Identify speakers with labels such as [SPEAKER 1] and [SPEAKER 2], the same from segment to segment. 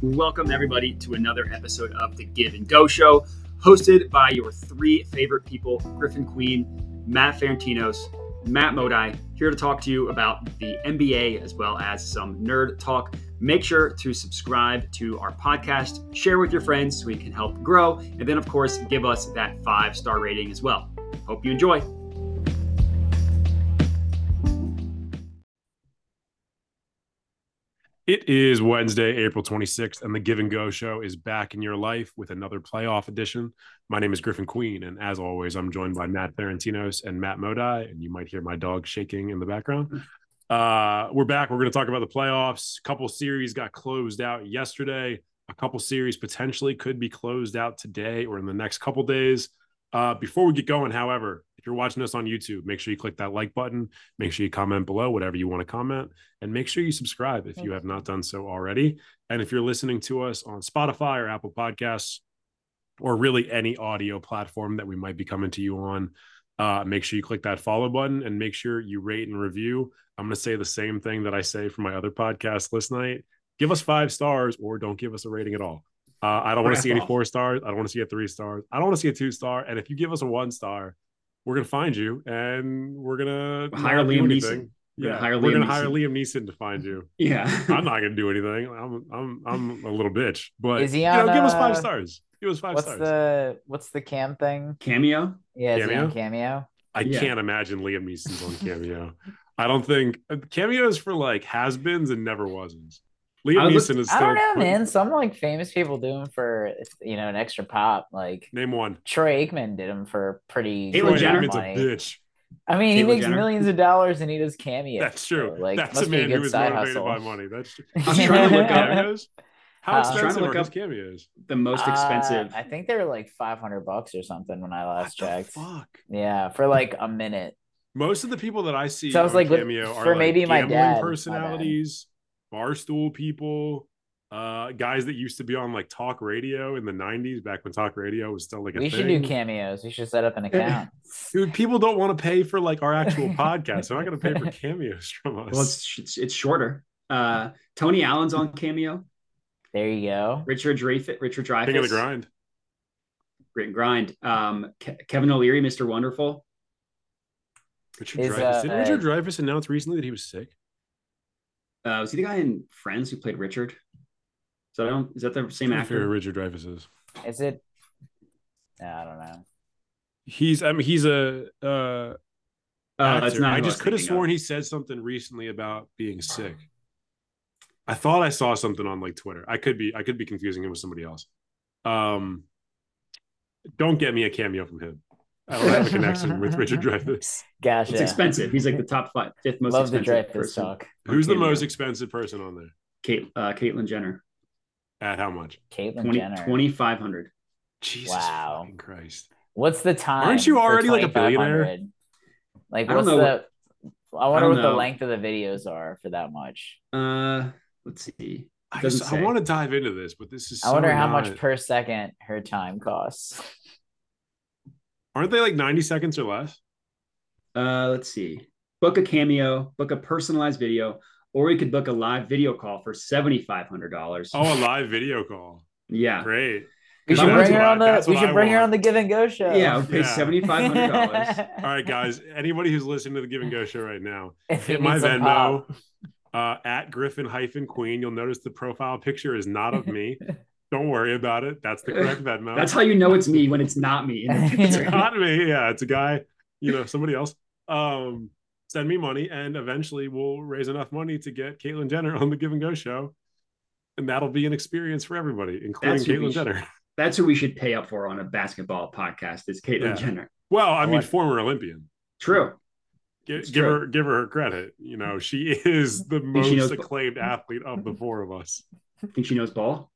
[SPEAKER 1] welcome everybody to another episode of the Give and Go Show, hosted by your three favorite people, Griffin Queen, Matt Ferentinos, Matt Modi, here to talk to you about the NBA as well as some nerd talk. Make sure to subscribe to our podcast, share with your friends so we can help grow, and then, of course, give us that five star rating as well. Hope you enjoy.
[SPEAKER 2] It is Wednesday, April 26th, and the Give and Go Show is back in your life with another playoff edition. My name is Griffin Queen, and as always, I'm joined by Matt Ferentinos and Matt Modi, and you might hear my dog shaking in the background. Uh, we're back. We're going to talk about the playoffs. A couple series got closed out yesterday. A couple series potentially could be closed out today or in the next couple days. Uh, before we get going, however, if you're watching us on YouTube, make sure you click that like button. Make sure you comment below whatever you want to comment, and make sure you subscribe if you have not done so already. And if you're listening to us on Spotify or Apple Podcasts, or really any audio platform that we might be coming to you on, uh, make sure you click that follow button and make sure you rate and review. I'm going to say the same thing that I say for my other podcast last night: give us five stars or don't give us a rating at all. Uh, I don't want to see any four stars. I don't want to see a three stars. I don't want to see a two star. And if you give us a one star, we're gonna find you and we're gonna
[SPEAKER 3] We'll hire
[SPEAKER 2] not do
[SPEAKER 3] Liam
[SPEAKER 2] anything.
[SPEAKER 3] Neeson. We're
[SPEAKER 2] Yeah,
[SPEAKER 3] gonna hire
[SPEAKER 2] we're
[SPEAKER 3] Liam
[SPEAKER 2] gonna hire
[SPEAKER 3] Neeson.
[SPEAKER 2] Liam Neeson to find you.
[SPEAKER 3] Yeah.
[SPEAKER 2] I'm not gonna do anything. I'm I'm I'm a little bitch. But
[SPEAKER 4] Is he
[SPEAKER 2] you know, give us
[SPEAKER 4] on,
[SPEAKER 2] five
[SPEAKER 4] uh,
[SPEAKER 2] stars. Give us five
[SPEAKER 4] what's
[SPEAKER 2] stars.
[SPEAKER 4] the what's the cam thing?
[SPEAKER 3] Cameo.
[SPEAKER 4] Yeah, is he
[SPEAKER 2] Cameo?
[SPEAKER 4] on cameo?
[SPEAKER 2] I
[SPEAKER 3] yeah.
[SPEAKER 2] can't imagine Liam Neeson's on cameo. I don't think uh, cameos for like has-beens and never wasn't.
[SPEAKER 3] I
[SPEAKER 2] Liam
[SPEAKER 3] looked-
[SPEAKER 2] Neeson is still
[SPEAKER 4] I don't know, man. Some like famous people do them for you know an extra pop. Like
[SPEAKER 2] Name one.
[SPEAKER 4] Troy Aikman did him for pretty.
[SPEAKER 3] Caitlyn
[SPEAKER 4] good
[SPEAKER 2] Troy
[SPEAKER 3] Jenner.
[SPEAKER 2] Aikman's a
[SPEAKER 4] money.
[SPEAKER 2] bitch.
[SPEAKER 4] I mean, he
[SPEAKER 3] Caitlyn
[SPEAKER 4] makes
[SPEAKER 3] Jenner.
[SPEAKER 4] millions of dollars and he does cameos.
[SPEAKER 2] That's true.
[SPEAKER 4] So, like,
[SPEAKER 2] That's a
[SPEAKER 4] must be
[SPEAKER 2] man
[SPEAKER 4] good
[SPEAKER 2] who is
[SPEAKER 4] side
[SPEAKER 2] motivated
[SPEAKER 4] hustle.
[SPEAKER 2] by money. That's true.
[SPEAKER 3] I was trying to look up-
[SPEAKER 2] cameos. How
[SPEAKER 4] I was
[SPEAKER 3] trying to
[SPEAKER 2] expensive
[SPEAKER 3] look
[SPEAKER 2] are his
[SPEAKER 3] up-
[SPEAKER 2] cameos?
[SPEAKER 3] The most
[SPEAKER 4] Uh,
[SPEAKER 3] expensive.
[SPEAKER 4] I think they were like five hundred bucks or something when I
[SPEAKER 2] What
[SPEAKER 4] last
[SPEAKER 2] the
[SPEAKER 4] checked.
[SPEAKER 2] fuck?
[SPEAKER 4] Yeah, for like a minute.
[SPEAKER 2] Most of the people that I see
[SPEAKER 4] So I was
[SPEAKER 2] on
[SPEAKER 4] like, with-
[SPEAKER 2] cameo are
[SPEAKER 4] for
[SPEAKER 2] like
[SPEAKER 4] maybe my
[SPEAKER 2] gambling
[SPEAKER 4] dad, my
[SPEAKER 2] personalities, barstool people, uh, guys that used to be on like talk radio in the '90s, back when talk radio was still like a
[SPEAKER 4] we should
[SPEAKER 2] thing.
[SPEAKER 4] do cameos. We should set up an account.
[SPEAKER 2] Dude, people don't want to pay for like our actual podcast. They're not going to pay for cameos from us.
[SPEAKER 3] well, it's sh- it's shorter. Uh, Tony Allen's on Cameo.
[SPEAKER 4] there you go.
[SPEAKER 3] Richard Dreyfuss. Richard Dreyfuss.
[SPEAKER 2] King of the grind.
[SPEAKER 3] Grit and grind. Um, Ke- Kevin O'Leary, Mr. Wonderful.
[SPEAKER 2] Richard
[SPEAKER 4] Is,
[SPEAKER 2] Dreyfuss.
[SPEAKER 4] uh,
[SPEAKER 2] Didn't Richard Dreyfuss announce recently that he was sick?
[SPEAKER 3] Uh, was he the guy in Friends who played Richard? So I don't. Is that the same
[SPEAKER 2] I forget who
[SPEAKER 3] actor?
[SPEAKER 2] Richard Dreyfuss is.
[SPEAKER 4] Is it? I don't know.
[SPEAKER 2] He's I mean he's a uh
[SPEAKER 3] Uh,
[SPEAKER 2] actor. I
[SPEAKER 3] who was
[SPEAKER 2] just could have
[SPEAKER 3] thinking of.
[SPEAKER 2] sworn he said something recently about being sick. I thought I saw something on like Twitter. I could be I could be confusing him with somebody else. Um don't get me a cameo from him. I don't have a connection with Richard Dreyfuss.
[SPEAKER 4] Gosh,
[SPEAKER 3] It's
[SPEAKER 4] yeah.
[SPEAKER 3] expensive. He's like the top five, fifth most
[SPEAKER 4] Love the
[SPEAKER 3] expensive
[SPEAKER 4] Dreyfus
[SPEAKER 3] person.
[SPEAKER 4] talk.
[SPEAKER 3] on
[SPEAKER 2] Who's the
[SPEAKER 3] Cameo.
[SPEAKER 2] most expensive person on there?
[SPEAKER 3] Kate, uh, Caitlyn Jenner.
[SPEAKER 2] At how much?
[SPEAKER 4] Caitlyn
[SPEAKER 3] 20
[SPEAKER 4] Jenner.
[SPEAKER 3] 2,500.
[SPEAKER 2] Jesus
[SPEAKER 4] Wow.
[SPEAKER 2] fucking Christ.
[SPEAKER 4] What's the time?
[SPEAKER 2] Aren't you
[SPEAKER 4] for
[SPEAKER 2] already, like, a billionaire?
[SPEAKER 4] 2,500? Like,
[SPEAKER 3] I don't
[SPEAKER 4] what's
[SPEAKER 3] know
[SPEAKER 4] the? I
[SPEAKER 3] I
[SPEAKER 4] wonder
[SPEAKER 3] don't
[SPEAKER 4] what the
[SPEAKER 3] know.
[SPEAKER 4] length of the videos are for that much.
[SPEAKER 3] Uh, let's see.
[SPEAKER 2] I,
[SPEAKER 3] Doesn't
[SPEAKER 2] just-
[SPEAKER 3] say.
[SPEAKER 2] I want to dive into this, but this is
[SPEAKER 4] I wonder
[SPEAKER 2] so
[SPEAKER 4] how
[SPEAKER 2] not-
[SPEAKER 4] much per second her time costs.
[SPEAKER 2] aren't they like 90 seconds or less?
[SPEAKER 3] Uh, let's see. Book a cameo, book a personalized video, or we could book a live video call for seventy five hundred dollars.
[SPEAKER 2] Oh, a live video call.
[SPEAKER 3] Yeah,
[SPEAKER 2] Great.
[SPEAKER 4] We
[SPEAKER 3] That's
[SPEAKER 4] should
[SPEAKER 3] what
[SPEAKER 4] bring her
[SPEAKER 2] I-
[SPEAKER 4] on the.
[SPEAKER 2] that's
[SPEAKER 4] We
[SPEAKER 2] what
[SPEAKER 4] should
[SPEAKER 2] I
[SPEAKER 4] bring her
[SPEAKER 2] want.
[SPEAKER 4] on the Give and Go show.
[SPEAKER 3] yeah, I would pay
[SPEAKER 2] Yeah.
[SPEAKER 3] seventy five hundred dollars.
[SPEAKER 2] All right, guys. Anybody who's listening to the Give and Go show right now,
[SPEAKER 4] If we
[SPEAKER 2] hit
[SPEAKER 4] need
[SPEAKER 2] my
[SPEAKER 4] some
[SPEAKER 2] Venmo
[SPEAKER 4] pop.
[SPEAKER 2] uh, at Griffin hyphen Queen. You'll notice the profile picture is not of me. Don't worry about it. That's the correct Venmo.
[SPEAKER 3] That's how you know it's me when it's not me.
[SPEAKER 2] it's not me. Yeah, it's a guy. You know, somebody else. Um, send me money, and eventually we'll raise enough money to get Caitlyn Jenner on the Give and Go show, and that'll be an experience for everybody, including
[SPEAKER 3] That's who we
[SPEAKER 2] Caitlyn
[SPEAKER 3] should-
[SPEAKER 2] Jenner.
[SPEAKER 3] That's who we should pay up for on a basketball podcast. Is Caitlyn
[SPEAKER 2] Yeah.
[SPEAKER 3] Jenner?
[SPEAKER 2] Well, I
[SPEAKER 4] I
[SPEAKER 2] mean,
[SPEAKER 4] like-
[SPEAKER 2] former Olympian.
[SPEAKER 3] True.
[SPEAKER 2] Give,
[SPEAKER 3] It's
[SPEAKER 2] give
[SPEAKER 3] true.
[SPEAKER 2] her, give her her credit. You know, she is the
[SPEAKER 3] think she knows-
[SPEAKER 2] most acclaimed athlete of the four of us.
[SPEAKER 3] Think she knows ball?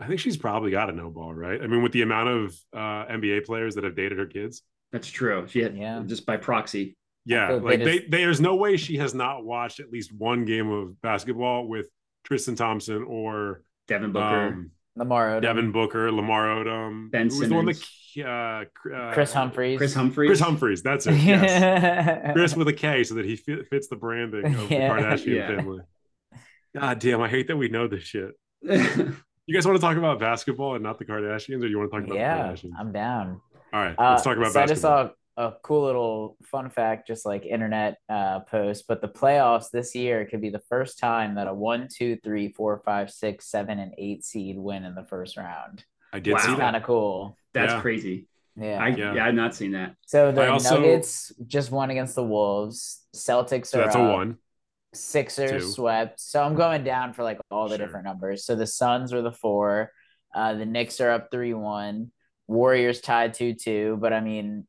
[SPEAKER 2] I think she's probably got a no ball, right? I mean, with the amount of uh, NBA players that have dated her kids,
[SPEAKER 3] That's true. She had
[SPEAKER 4] Yeah.
[SPEAKER 3] just by proxy.
[SPEAKER 2] yeah,
[SPEAKER 4] feel
[SPEAKER 2] like
[SPEAKER 4] they
[SPEAKER 2] they,
[SPEAKER 4] just-
[SPEAKER 2] there's no way she has not watched at least one game of basketball with Tristan Thompson or
[SPEAKER 3] Devin Booker,
[SPEAKER 2] um,
[SPEAKER 4] Lamar Odom,
[SPEAKER 2] Devin Booker, Lamar Odom,
[SPEAKER 3] Ben
[SPEAKER 2] who was the one
[SPEAKER 3] Simmons.
[SPEAKER 2] that uh,
[SPEAKER 4] Chris Humphreys.
[SPEAKER 3] Chris Humphries.
[SPEAKER 2] Chris Humphreys, that's it. Yes. Chris with a K, so that he fit, fits the branding of
[SPEAKER 4] Yeah.
[SPEAKER 2] the Kardashian
[SPEAKER 3] Yeah.
[SPEAKER 2] family. God damn, I hate that we know this shit. You guys want to talk about basketball and not the Kardashians, or you want to talk about
[SPEAKER 4] yeah,
[SPEAKER 2] the Kardashians?
[SPEAKER 4] I'm down.
[SPEAKER 2] All right,
[SPEAKER 4] Uh,
[SPEAKER 2] let's talk about
[SPEAKER 4] so I just
[SPEAKER 2] basketball.
[SPEAKER 4] saw a cool little fun fact, just like internet uh, post. But the playoffs this year could be the first time that a one, two, three, four, five, six, seven, and eight seed win in the first round.
[SPEAKER 2] I did
[SPEAKER 3] Wow.
[SPEAKER 2] see
[SPEAKER 4] It's kind
[SPEAKER 2] that.
[SPEAKER 4] of cool.
[SPEAKER 3] That's
[SPEAKER 2] Yeah.
[SPEAKER 3] crazy.
[SPEAKER 4] Yeah.
[SPEAKER 3] I
[SPEAKER 2] Yeah.
[SPEAKER 3] yeah. I've not seen that.
[SPEAKER 4] so the
[SPEAKER 2] I also-
[SPEAKER 4] Nuggets just won against the Wolves. Celtics
[SPEAKER 2] So
[SPEAKER 4] are
[SPEAKER 2] that's a
[SPEAKER 4] up.
[SPEAKER 2] one.
[SPEAKER 4] Sixers
[SPEAKER 2] Two.
[SPEAKER 4] swept. So I'm going down for like all the
[SPEAKER 2] Sure.
[SPEAKER 4] different numbers. So the Suns were the four. Uh, the Knicks are up three one. Warriors tied two two. But I mean,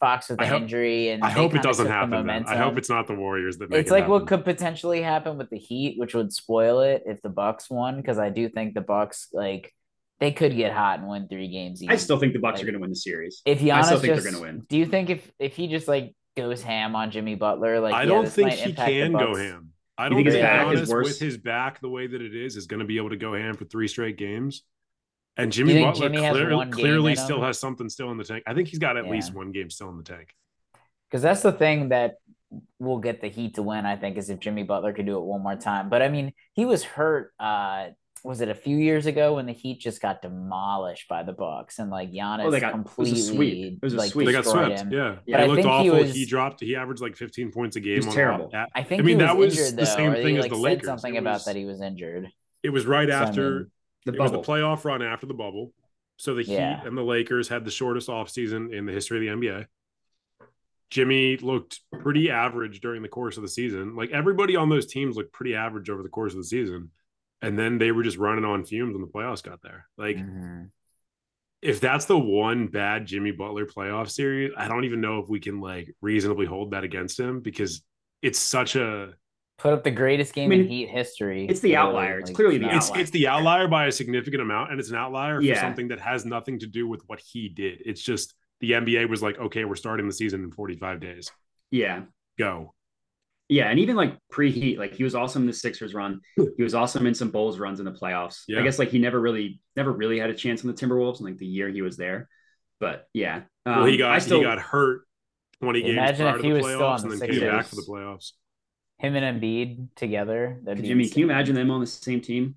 [SPEAKER 4] Fox with
[SPEAKER 2] I
[SPEAKER 4] the
[SPEAKER 2] hope-
[SPEAKER 4] injury and
[SPEAKER 2] I
[SPEAKER 4] they
[SPEAKER 2] hope it
[SPEAKER 4] kinda
[SPEAKER 2] doesn't
[SPEAKER 4] took the
[SPEAKER 2] happen. Then. I
[SPEAKER 4] momentum.
[SPEAKER 2] hope it's not the Warriors that make
[SPEAKER 4] It's
[SPEAKER 2] it
[SPEAKER 4] like what
[SPEAKER 2] happen.
[SPEAKER 4] could potentially happen with the Heat, which would spoil it if the Bucks won, because I do think the Bucks like they could get hot and win three games.
[SPEAKER 3] I
[SPEAKER 4] Each.
[SPEAKER 3] still think the Bucks are
[SPEAKER 4] Like-
[SPEAKER 3] going to win the series.
[SPEAKER 4] if Giannis
[SPEAKER 3] I still think they're
[SPEAKER 4] just,
[SPEAKER 3] gonna win.
[SPEAKER 4] Do you think if if he just like goes ham on Jimmy Butler, like
[SPEAKER 2] I
[SPEAKER 4] yeah,
[SPEAKER 2] don't
[SPEAKER 4] this
[SPEAKER 2] think
[SPEAKER 4] might
[SPEAKER 2] he
[SPEAKER 4] impact the
[SPEAKER 2] can go
[SPEAKER 4] Bucks.
[SPEAKER 2] ham. I
[SPEAKER 3] You
[SPEAKER 2] don't
[SPEAKER 3] think
[SPEAKER 2] think
[SPEAKER 4] his
[SPEAKER 3] back is
[SPEAKER 2] Giannis
[SPEAKER 3] worse?
[SPEAKER 2] with his back the way that it is is going to be able to go ham for three straight games. And Jimmy
[SPEAKER 4] think
[SPEAKER 2] Butler
[SPEAKER 4] Jimmy has
[SPEAKER 2] clear-
[SPEAKER 4] one game
[SPEAKER 2] clearly
[SPEAKER 4] in him?
[SPEAKER 2] still has something still in the tank. I think he's got at
[SPEAKER 4] Yeah.
[SPEAKER 2] least one game still in the tank.
[SPEAKER 4] Because that's the thing that will get the Heat to win, I think, is if Jimmy Butler could do it one more time. But I mean, he was hurt. Uh, was it a few years ago when the Heat just got demolished by the Bucks and like Giannis
[SPEAKER 3] Oh, they got- it was
[SPEAKER 4] completely
[SPEAKER 3] a sweep. It was a
[SPEAKER 4] like
[SPEAKER 3] sweep.
[SPEAKER 2] They got
[SPEAKER 4] destroyed
[SPEAKER 2] swept.
[SPEAKER 4] him?
[SPEAKER 2] Yeah,
[SPEAKER 3] Yeah.
[SPEAKER 2] they
[SPEAKER 4] I
[SPEAKER 2] looked
[SPEAKER 4] think he
[SPEAKER 2] awful. He,
[SPEAKER 4] was-
[SPEAKER 2] dropped. He averaged like 15 points a game.
[SPEAKER 3] was
[SPEAKER 2] on
[SPEAKER 3] terrible.
[SPEAKER 2] At,
[SPEAKER 4] I think
[SPEAKER 2] I mean,
[SPEAKER 4] he was
[SPEAKER 2] that was
[SPEAKER 4] injured
[SPEAKER 2] the
[SPEAKER 4] though,
[SPEAKER 2] same
[SPEAKER 4] or they
[SPEAKER 2] thing as
[SPEAKER 4] like
[SPEAKER 2] the
[SPEAKER 4] said
[SPEAKER 2] Lakers.
[SPEAKER 4] something
[SPEAKER 2] It
[SPEAKER 4] about
[SPEAKER 2] was-
[SPEAKER 4] that he was injured.
[SPEAKER 2] it was right
[SPEAKER 4] So, I
[SPEAKER 2] after
[SPEAKER 4] mean,
[SPEAKER 3] The
[SPEAKER 2] it was the
[SPEAKER 3] bubble.
[SPEAKER 2] playoff run after the bubble. So the
[SPEAKER 4] Yeah.
[SPEAKER 2] Heat and the Lakers had the shortest offseason in the history of the NBA. Jimmy looked pretty average during the course of the season. Like everybody on those teams looked pretty average over the course of the season. And then they were just running on fumes when the playoffs got there. Like
[SPEAKER 3] Mm.
[SPEAKER 4] Mhm.
[SPEAKER 2] if that's the one bad Jimmy Butler playoff series, I don't even know if we can like reasonably hold that against him because it's such a
[SPEAKER 4] put up the greatest game
[SPEAKER 3] I mean,
[SPEAKER 4] in Heat history.
[SPEAKER 3] it's the outlier. It's clearly the
[SPEAKER 4] not-
[SPEAKER 2] it's it's the outlier by a significant amount, and it's an outlier for
[SPEAKER 3] Yeah.
[SPEAKER 2] something that has nothing to do with what he did. It's just the NBA was like, okay, we're starting the season in 45 days.
[SPEAKER 3] Yeah.
[SPEAKER 2] Go.
[SPEAKER 3] Yeah. And even like pre-heat, like he was awesome in the Sixers run. He was awesome in some Bulls runs in the playoffs.
[SPEAKER 2] Hmm. Yeah.
[SPEAKER 3] I guess like he never really, never really had a chance on the Timberwolves in like the year he was there. But yeah.
[SPEAKER 2] well, he
[SPEAKER 3] Um,
[SPEAKER 2] got
[SPEAKER 3] I still-
[SPEAKER 2] he got hurt 20 games
[SPEAKER 4] Imagine
[SPEAKER 2] prior
[SPEAKER 4] if
[SPEAKER 2] to
[SPEAKER 4] he
[SPEAKER 2] the
[SPEAKER 4] was still
[SPEAKER 2] playoffs,
[SPEAKER 4] on
[SPEAKER 2] and
[SPEAKER 4] the
[SPEAKER 2] then came back
[SPEAKER 3] Sixers.
[SPEAKER 2] for the playoffs.
[SPEAKER 4] Him and Embiid together. That'd be
[SPEAKER 3] Jimmy, can you
[SPEAKER 4] insane.
[SPEAKER 3] imagine them on the same team?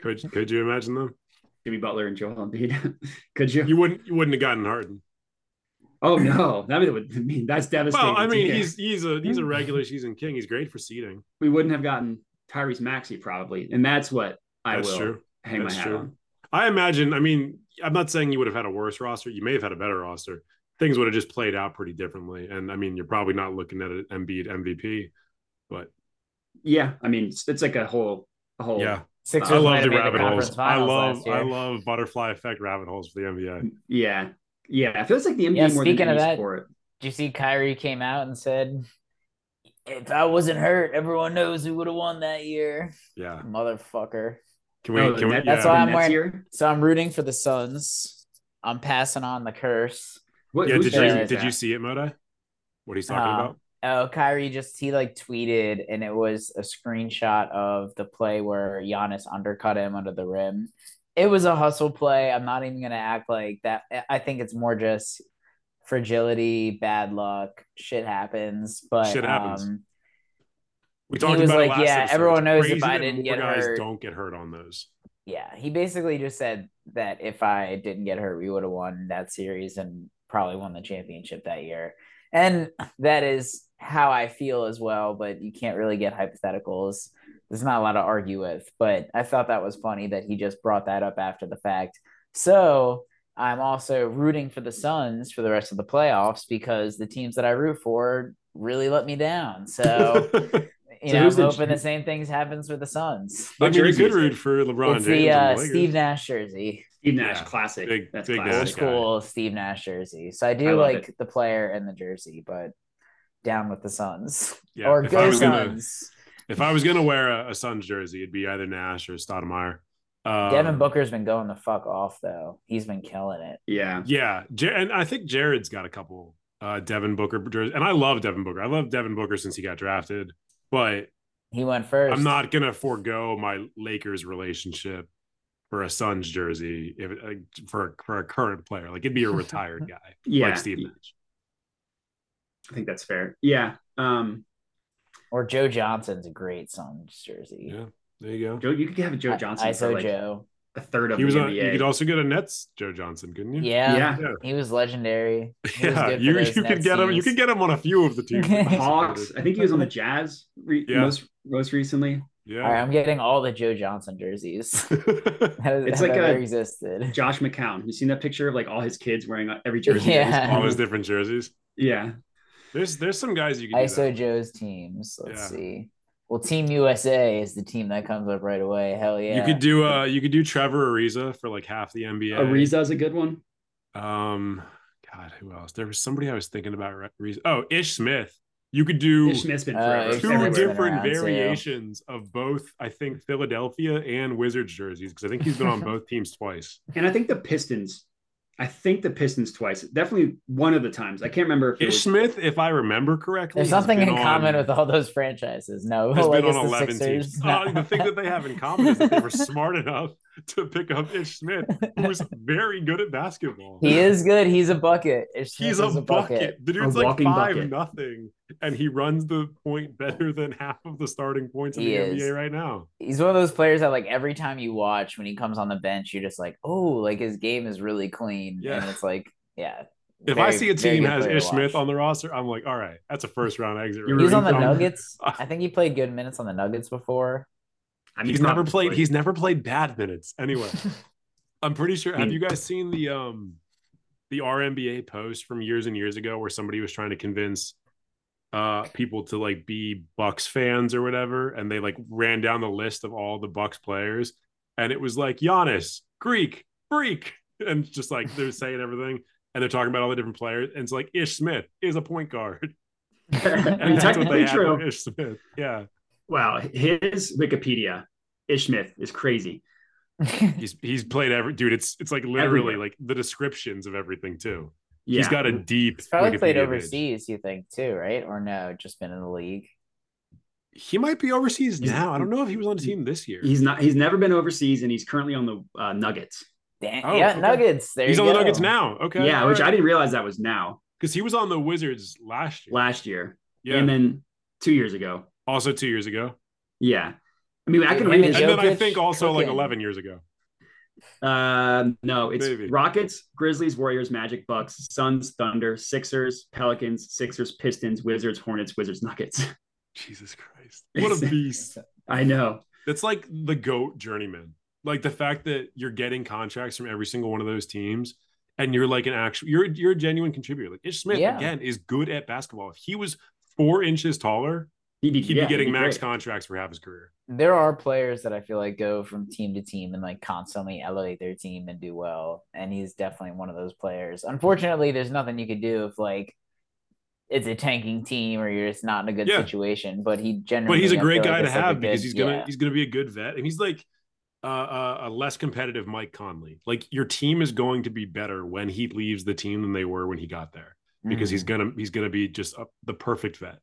[SPEAKER 2] Could could you imagine them?
[SPEAKER 3] Jimmy Butler and Joel Embiid. Could you?
[SPEAKER 2] You wouldn't you wouldn't have gotten Harden.
[SPEAKER 3] Oh no, that would I mean that's devastating.
[SPEAKER 2] Well, I
[SPEAKER 3] to
[SPEAKER 2] mean,
[SPEAKER 3] hear.
[SPEAKER 2] he's he's a he's a regular season king. He's great for seeding.
[SPEAKER 3] we wouldn't have gotten Tyrese Maxey probably, and that's what I
[SPEAKER 2] That's
[SPEAKER 3] will
[SPEAKER 2] true.
[SPEAKER 3] hang
[SPEAKER 2] That's
[SPEAKER 3] my hat
[SPEAKER 2] true.
[SPEAKER 3] on.
[SPEAKER 2] I imagine. I mean, I'm not saying you would have had a worse roster. You may have had a better roster. Things would have just played out pretty differently. And I mean, you're probably not looking at an Embiid MVP, but
[SPEAKER 3] Yeah, I mean it's, it's like a whole, a
[SPEAKER 4] Oh,
[SPEAKER 3] whole.
[SPEAKER 2] yeah,
[SPEAKER 4] Sixers
[SPEAKER 2] I
[SPEAKER 4] might
[SPEAKER 2] love
[SPEAKER 4] have
[SPEAKER 2] the
[SPEAKER 4] made
[SPEAKER 2] rabbit
[SPEAKER 4] conference
[SPEAKER 2] holes. I
[SPEAKER 4] finals
[SPEAKER 2] love
[SPEAKER 4] last year.
[SPEAKER 2] I love butterfly effect rabbit holes for the NBA.
[SPEAKER 3] yeah, yeah. It feels like the NBA
[SPEAKER 4] Yeah,
[SPEAKER 3] more than
[SPEAKER 4] speaking of
[SPEAKER 3] any
[SPEAKER 4] that-
[SPEAKER 3] sport.
[SPEAKER 4] Did you see Kyrie came out and said, "If I wasn't hurt, everyone knows who would have won that year."
[SPEAKER 2] Yeah,
[SPEAKER 4] Motherfucker.
[SPEAKER 2] can we?
[SPEAKER 3] No,
[SPEAKER 2] can we?
[SPEAKER 3] that-
[SPEAKER 4] That's
[SPEAKER 2] yeah.
[SPEAKER 4] why
[SPEAKER 3] the
[SPEAKER 4] I'm
[SPEAKER 3] Nets
[SPEAKER 4] wearing-
[SPEAKER 3] here?
[SPEAKER 4] So I'm rooting for the Suns. I'm passing on the curse.
[SPEAKER 3] What,
[SPEAKER 2] yeah,
[SPEAKER 3] whose
[SPEAKER 2] did
[SPEAKER 3] jersey
[SPEAKER 2] you
[SPEAKER 3] is
[SPEAKER 2] did you
[SPEAKER 3] that?
[SPEAKER 2] see it, Moda? What he's talking
[SPEAKER 4] Uh,
[SPEAKER 2] about?
[SPEAKER 4] Oh, Kyrie just he like tweeted and it was a screenshot of the play where Giannis undercut him under the rim. It was a hustle play. I'm not even gonna act like that. I- I think it's more just fragility, bad luck, shit happens. But
[SPEAKER 2] Shit happens.
[SPEAKER 4] um,
[SPEAKER 2] We
[SPEAKER 4] he
[SPEAKER 2] talked
[SPEAKER 4] was
[SPEAKER 2] about it
[SPEAKER 4] like,
[SPEAKER 2] last
[SPEAKER 4] yeah,
[SPEAKER 2] episode.
[SPEAKER 4] everyone
[SPEAKER 2] It's
[SPEAKER 4] knows
[SPEAKER 2] crazy
[SPEAKER 4] if I
[SPEAKER 2] that
[SPEAKER 4] didn't
[SPEAKER 2] more
[SPEAKER 4] get
[SPEAKER 2] guys
[SPEAKER 4] hurt.
[SPEAKER 2] don't get hurt on those.
[SPEAKER 4] yeah, he basically just said that if I didn't get hurt, we would have won that series and probably won the championship that year. And that is how I feel as well, but you can't really get hypotheticals. There's not a lot to argue with, but I thought that was funny that he just brought that up after the fact. So I'm also rooting for the Suns for the rest of the playoffs because the teams that I root for really let me down. So, you
[SPEAKER 3] So
[SPEAKER 4] know, I'm
[SPEAKER 3] who's the-
[SPEAKER 4] hoping the same things happens with the Suns.
[SPEAKER 2] I
[SPEAKER 3] What
[SPEAKER 2] mean, you
[SPEAKER 3] jersey
[SPEAKER 2] could
[SPEAKER 3] is it?
[SPEAKER 2] root for LeBron
[SPEAKER 4] it's
[SPEAKER 2] James.
[SPEAKER 4] the
[SPEAKER 2] and
[SPEAKER 4] uh,
[SPEAKER 2] the Lakers.
[SPEAKER 4] Steve Nash jersey,
[SPEAKER 3] Steve Nash
[SPEAKER 2] Yeah.
[SPEAKER 3] classic?
[SPEAKER 2] Big-
[SPEAKER 3] that's
[SPEAKER 2] big
[SPEAKER 4] old
[SPEAKER 2] Nash.
[SPEAKER 3] classic.
[SPEAKER 2] guy.
[SPEAKER 4] school Steve Nash jersey. So I do
[SPEAKER 3] I love
[SPEAKER 4] like the player and the jersey, but down with the Suns
[SPEAKER 2] Yeah,
[SPEAKER 4] or
[SPEAKER 2] if I
[SPEAKER 4] go
[SPEAKER 2] was gonna-
[SPEAKER 4] Suns.
[SPEAKER 2] If I was gonna wear a, a Suns jersey, it'd be either Nash or Stoudemire. Um,
[SPEAKER 4] Devin Booker's been going the fuck off though. He's been killing it.
[SPEAKER 3] Yeah,
[SPEAKER 2] Yeah, Jar- and I think Jared's got a couple uh, Devin Booker jerseys, and I love Devin Booker. I love Devin Booker since he got drafted, but
[SPEAKER 4] He went first.
[SPEAKER 2] I'm not gonna forego my Lakers relationship for a Suns jersey if it- like, for for a current player. Like it'd be a retired guy
[SPEAKER 3] yeah.
[SPEAKER 2] like Steve Nash.
[SPEAKER 3] I think that's fair. Yeah. Um,
[SPEAKER 4] Or Joe Johnson's a great Suns jersey.
[SPEAKER 2] Yeah. There you go.
[SPEAKER 3] Joe, you could have a Joe Johnson.
[SPEAKER 4] I,
[SPEAKER 3] for,
[SPEAKER 4] ISO
[SPEAKER 3] like,
[SPEAKER 4] Joe.
[SPEAKER 3] a third of
[SPEAKER 2] He was
[SPEAKER 3] the
[SPEAKER 2] on. You
[SPEAKER 3] NBA.
[SPEAKER 2] could also get a Nets Joe Johnson, couldn't you?
[SPEAKER 4] Yeah.
[SPEAKER 3] yeah.
[SPEAKER 4] He was legendary. He was
[SPEAKER 2] yeah.
[SPEAKER 4] good for
[SPEAKER 2] You
[SPEAKER 4] those
[SPEAKER 2] you
[SPEAKER 4] Nets
[SPEAKER 2] could get him. You
[SPEAKER 4] teams.
[SPEAKER 2] could get him on a few of the teams. that
[SPEAKER 4] The
[SPEAKER 3] Hawks. I think he was on the Jazz re-
[SPEAKER 2] Yeah.
[SPEAKER 3] most most recently.
[SPEAKER 4] All right,
[SPEAKER 2] Yeah.
[SPEAKER 4] I'm getting all the Joe Johnson jerseys. That is,
[SPEAKER 3] It's
[SPEAKER 4] that
[SPEAKER 3] like
[SPEAKER 4] ever
[SPEAKER 3] a-
[SPEAKER 4] existed.
[SPEAKER 3] Josh McCown. You seen that picture of like all his kids wearing uh, every jersey?
[SPEAKER 4] Yeah.
[SPEAKER 3] that he's
[SPEAKER 2] All
[SPEAKER 3] on?
[SPEAKER 2] his different jerseys.
[SPEAKER 3] yeah.
[SPEAKER 2] There's there's some guys you can. do
[SPEAKER 4] ISO
[SPEAKER 2] that.
[SPEAKER 4] Joe's teams. Let's
[SPEAKER 2] Yeah.
[SPEAKER 4] see. Well, Team USA is the team that comes up right away. Hell yeah.
[SPEAKER 2] You could do uh you could do Trevor Ariza for like half the NBA.
[SPEAKER 3] Ariza's a good one.
[SPEAKER 2] Um, God, who else? There was somebody I was thinking about. Re- Ariza. oh, Ish Smith. You could do
[SPEAKER 3] Ish Smith's been
[SPEAKER 4] Uh,
[SPEAKER 3] forever.
[SPEAKER 4] Ish
[SPEAKER 2] two
[SPEAKER 4] Smith's
[SPEAKER 3] everywhere.
[SPEAKER 4] been
[SPEAKER 2] different
[SPEAKER 4] around, too.
[SPEAKER 2] variations of both. I think Philadelphia and Wizards jerseys because I think he's been on both teams twice.
[SPEAKER 3] And I think the Pistons. I think the Pistons twice. Definitely one of the times. I can't remember if it
[SPEAKER 2] Ish
[SPEAKER 3] was-
[SPEAKER 2] Smith, if I remember correctly,
[SPEAKER 4] There's
[SPEAKER 2] has
[SPEAKER 4] something in
[SPEAKER 2] been
[SPEAKER 4] common
[SPEAKER 2] on-
[SPEAKER 4] with all those franchises. No,
[SPEAKER 2] has
[SPEAKER 4] like
[SPEAKER 2] been on
[SPEAKER 4] it's Oh, the
[SPEAKER 2] 11
[SPEAKER 4] Sixers.
[SPEAKER 2] teams.
[SPEAKER 4] No.
[SPEAKER 2] Oh, the thing that they have in common is that they were smart enough to pick up Ish Smith, who was very good at basketball.
[SPEAKER 4] he is good. He's a bucket. Ish Smith
[SPEAKER 2] He's
[SPEAKER 4] is
[SPEAKER 2] a bucket. The dude's
[SPEAKER 3] A
[SPEAKER 2] like
[SPEAKER 3] walking
[SPEAKER 2] five
[SPEAKER 3] bucket.
[SPEAKER 2] nothing, and he runs the point better than half of the starting points in
[SPEAKER 4] He
[SPEAKER 2] the
[SPEAKER 4] is.
[SPEAKER 2] NBA right now.
[SPEAKER 4] He's one of those players that like every time you watch when he comes on the bench, you're just like, oh, like his game is really clean.
[SPEAKER 2] Yeah.
[SPEAKER 4] And it's like, yeah.
[SPEAKER 2] If I
[SPEAKER 4] Very-
[SPEAKER 2] see a
[SPEAKER 4] very
[SPEAKER 2] team
[SPEAKER 4] good
[SPEAKER 2] has
[SPEAKER 4] player to
[SPEAKER 2] Ish Smith
[SPEAKER 4] watch.
[SPEAKER 2] on the roster, I'm like, all right, that's a first round exit.
[SPEAKER 3] He
[SPEAKER 4] He was on the
[SPEAKER 2] right there.
[SPEAKER 4] Nuggets. I think he played good minutes on the Nuggets before.
[SPEAKER 3] I
[SPEAKER 2] He's never
[SPEAKER 3] probably.
[SPEAKER 2] played. He's never played bad minutes. Anyway, I'm pretty sure. Have
[SPEAKER 3] Hmm.
[SPEAKER 2] you guys seen the um the RNBA post from years and years ago where somebody was trying to convince uh people to like be Bucks fans or whatever, and they like ran down the list of all the Bucks players, and it was like Giannis, Greek, freak, and just like they're saying everything. And they're talking about all the different players, and it's like Ish Smith is a point guard, and that's what
[SPEAKER 3] Technically
[SPEAKER 2] they had for
[SPEAKER 3] true.
[SPEAKER 2] Ish Smith. Yeah,
[SPEAKER 3] Wow, his Wikipedia, Ish Smith is crazy.
[SPEAKER 2] he's he's played every dude. It's it's like literally
[SPEAKER 3] Everywhere.
[SPEAKER 2] like the descriptions of everything too.
[SPEAKER 3] Yeah.
[SPEAKER 2] He's got a deep.
[SPEAKER 4] He's probably
[SPEAKER 2] Wikipedia
[SPEAKER 4] played
[SPEAKER 2] page.
[SPEAKER 4] overseas, you think, too, right? Or no, just been in the league.
[SPEAKER 2] He might be overseas
[SPEAKER 3] He's-
[SPEAKER 2] now. I don't know if he was on the team this year.
[SPEAKER 3] He's not. He's never been overseas, and he's currently on the uh, Nuggets.
[SPEAKER 4] Damn,
[SPEAKER 2] Oh,
[SPEAKER 4] yeah,
[SPEAKER 2] okay.
[SPEAKER 4] Nuggets. There
[SPEAKER 2] He's
[SPEAKER 4] you
[SPEAKER 2] on the
[SPEAKER 4] go.
[SPEAKER 2] Nuggets now. Okay.
[SPEAKER 3] yeah, which I didn't realize that was now
[SPEAKER 2] because he was on the Wizards last year.
[SPEAKER 3] last year,
[SPEAKER 2] yeah.
[SPEAKER 3] and then two years ago.
[SPEAKER 2] also two years ago,
[SPEAKER 3] Yeah, I mean, I
[SPEAKER 4] Dude,
[SPEAKER 3] can
[SPEAKER 4] him
[SPEAKER 3] read
[SPEAKER 4] and
[SPEAKER 2] and
[SPEAKER 3] his.
[SPEAKER 4] Joe-
[SPEAKER 2] then I
[SPEAKER 4] Jokic
[SPEAKER 2] think also like
[SPEAKER 4] cooking.
[SPEAKER 2] eleven years ago.
[SPEAKER 3] Uh, no, it's
[SPEAKER 2] Maybe.
[SPEAKER 3] Rockets, Grizzlies, Warriors, Magic, Bucks, Suns, Thunder, Sixers, Pelicans, Sixers, Pistons, Wizards, Hornets, Wizards, Nuggets.
[SPEAKER 2] Jesus Christ! What a beast!
[SPEAKER 3] I know.
[SPEAKER 2] That's like the goat journeyman. Like the fact that you're getting contracts from every single one of those teams, and you're like an actual, you're you're a genuine contributor. Like Ish Smith
[SPEAKER 4] Yeah.
[SPEAKER 2] again is good at basketball. If he was four inches taller,
[SPEAKER 3] He'd be,
[SPEAKER 2] he'd
[SPEAKER 3] yeah,
[SPEAKER 2] be getting max
[SPEAKER 3] great.
[SPEAKER 2] contracts for half his career.
[SPEAKER 4] There are players that I feel like go from team to team and like constantly elevate their team and do well. And he's definitely one of those players. Unfortunately, there's nothing you could do if like it's a tanking team or you're just not in a good
[SPEAKER 2] Yeah.
[SPEAKER 4] situation. But he generally,
[SPEAKER 2] but he's a
[SPEAKER 4] I
[SPEAKER 2] great
[SPEAKER 4] feel
[SPEAKER 2] guy
[SPEAKER 4] like,
[SPEAKER 2] to
[SPEAKER 4] is, like, a
[SPEAKER 2] have because
[SPEAKER 4] good-
[SPEAKER 2] he's gonna
[SPEAKER 4] yeah.
[SPEAKER 2] he's gonna be a good vet, and he's like uh, uh, a less competitive Mike Conley. Like your team is going to be better when he leaves the team than they were when he got there
[SPEAKER 3] Mm.
[SPEAKER 2] because he's gonna he's gonna be just a, the perfect vet.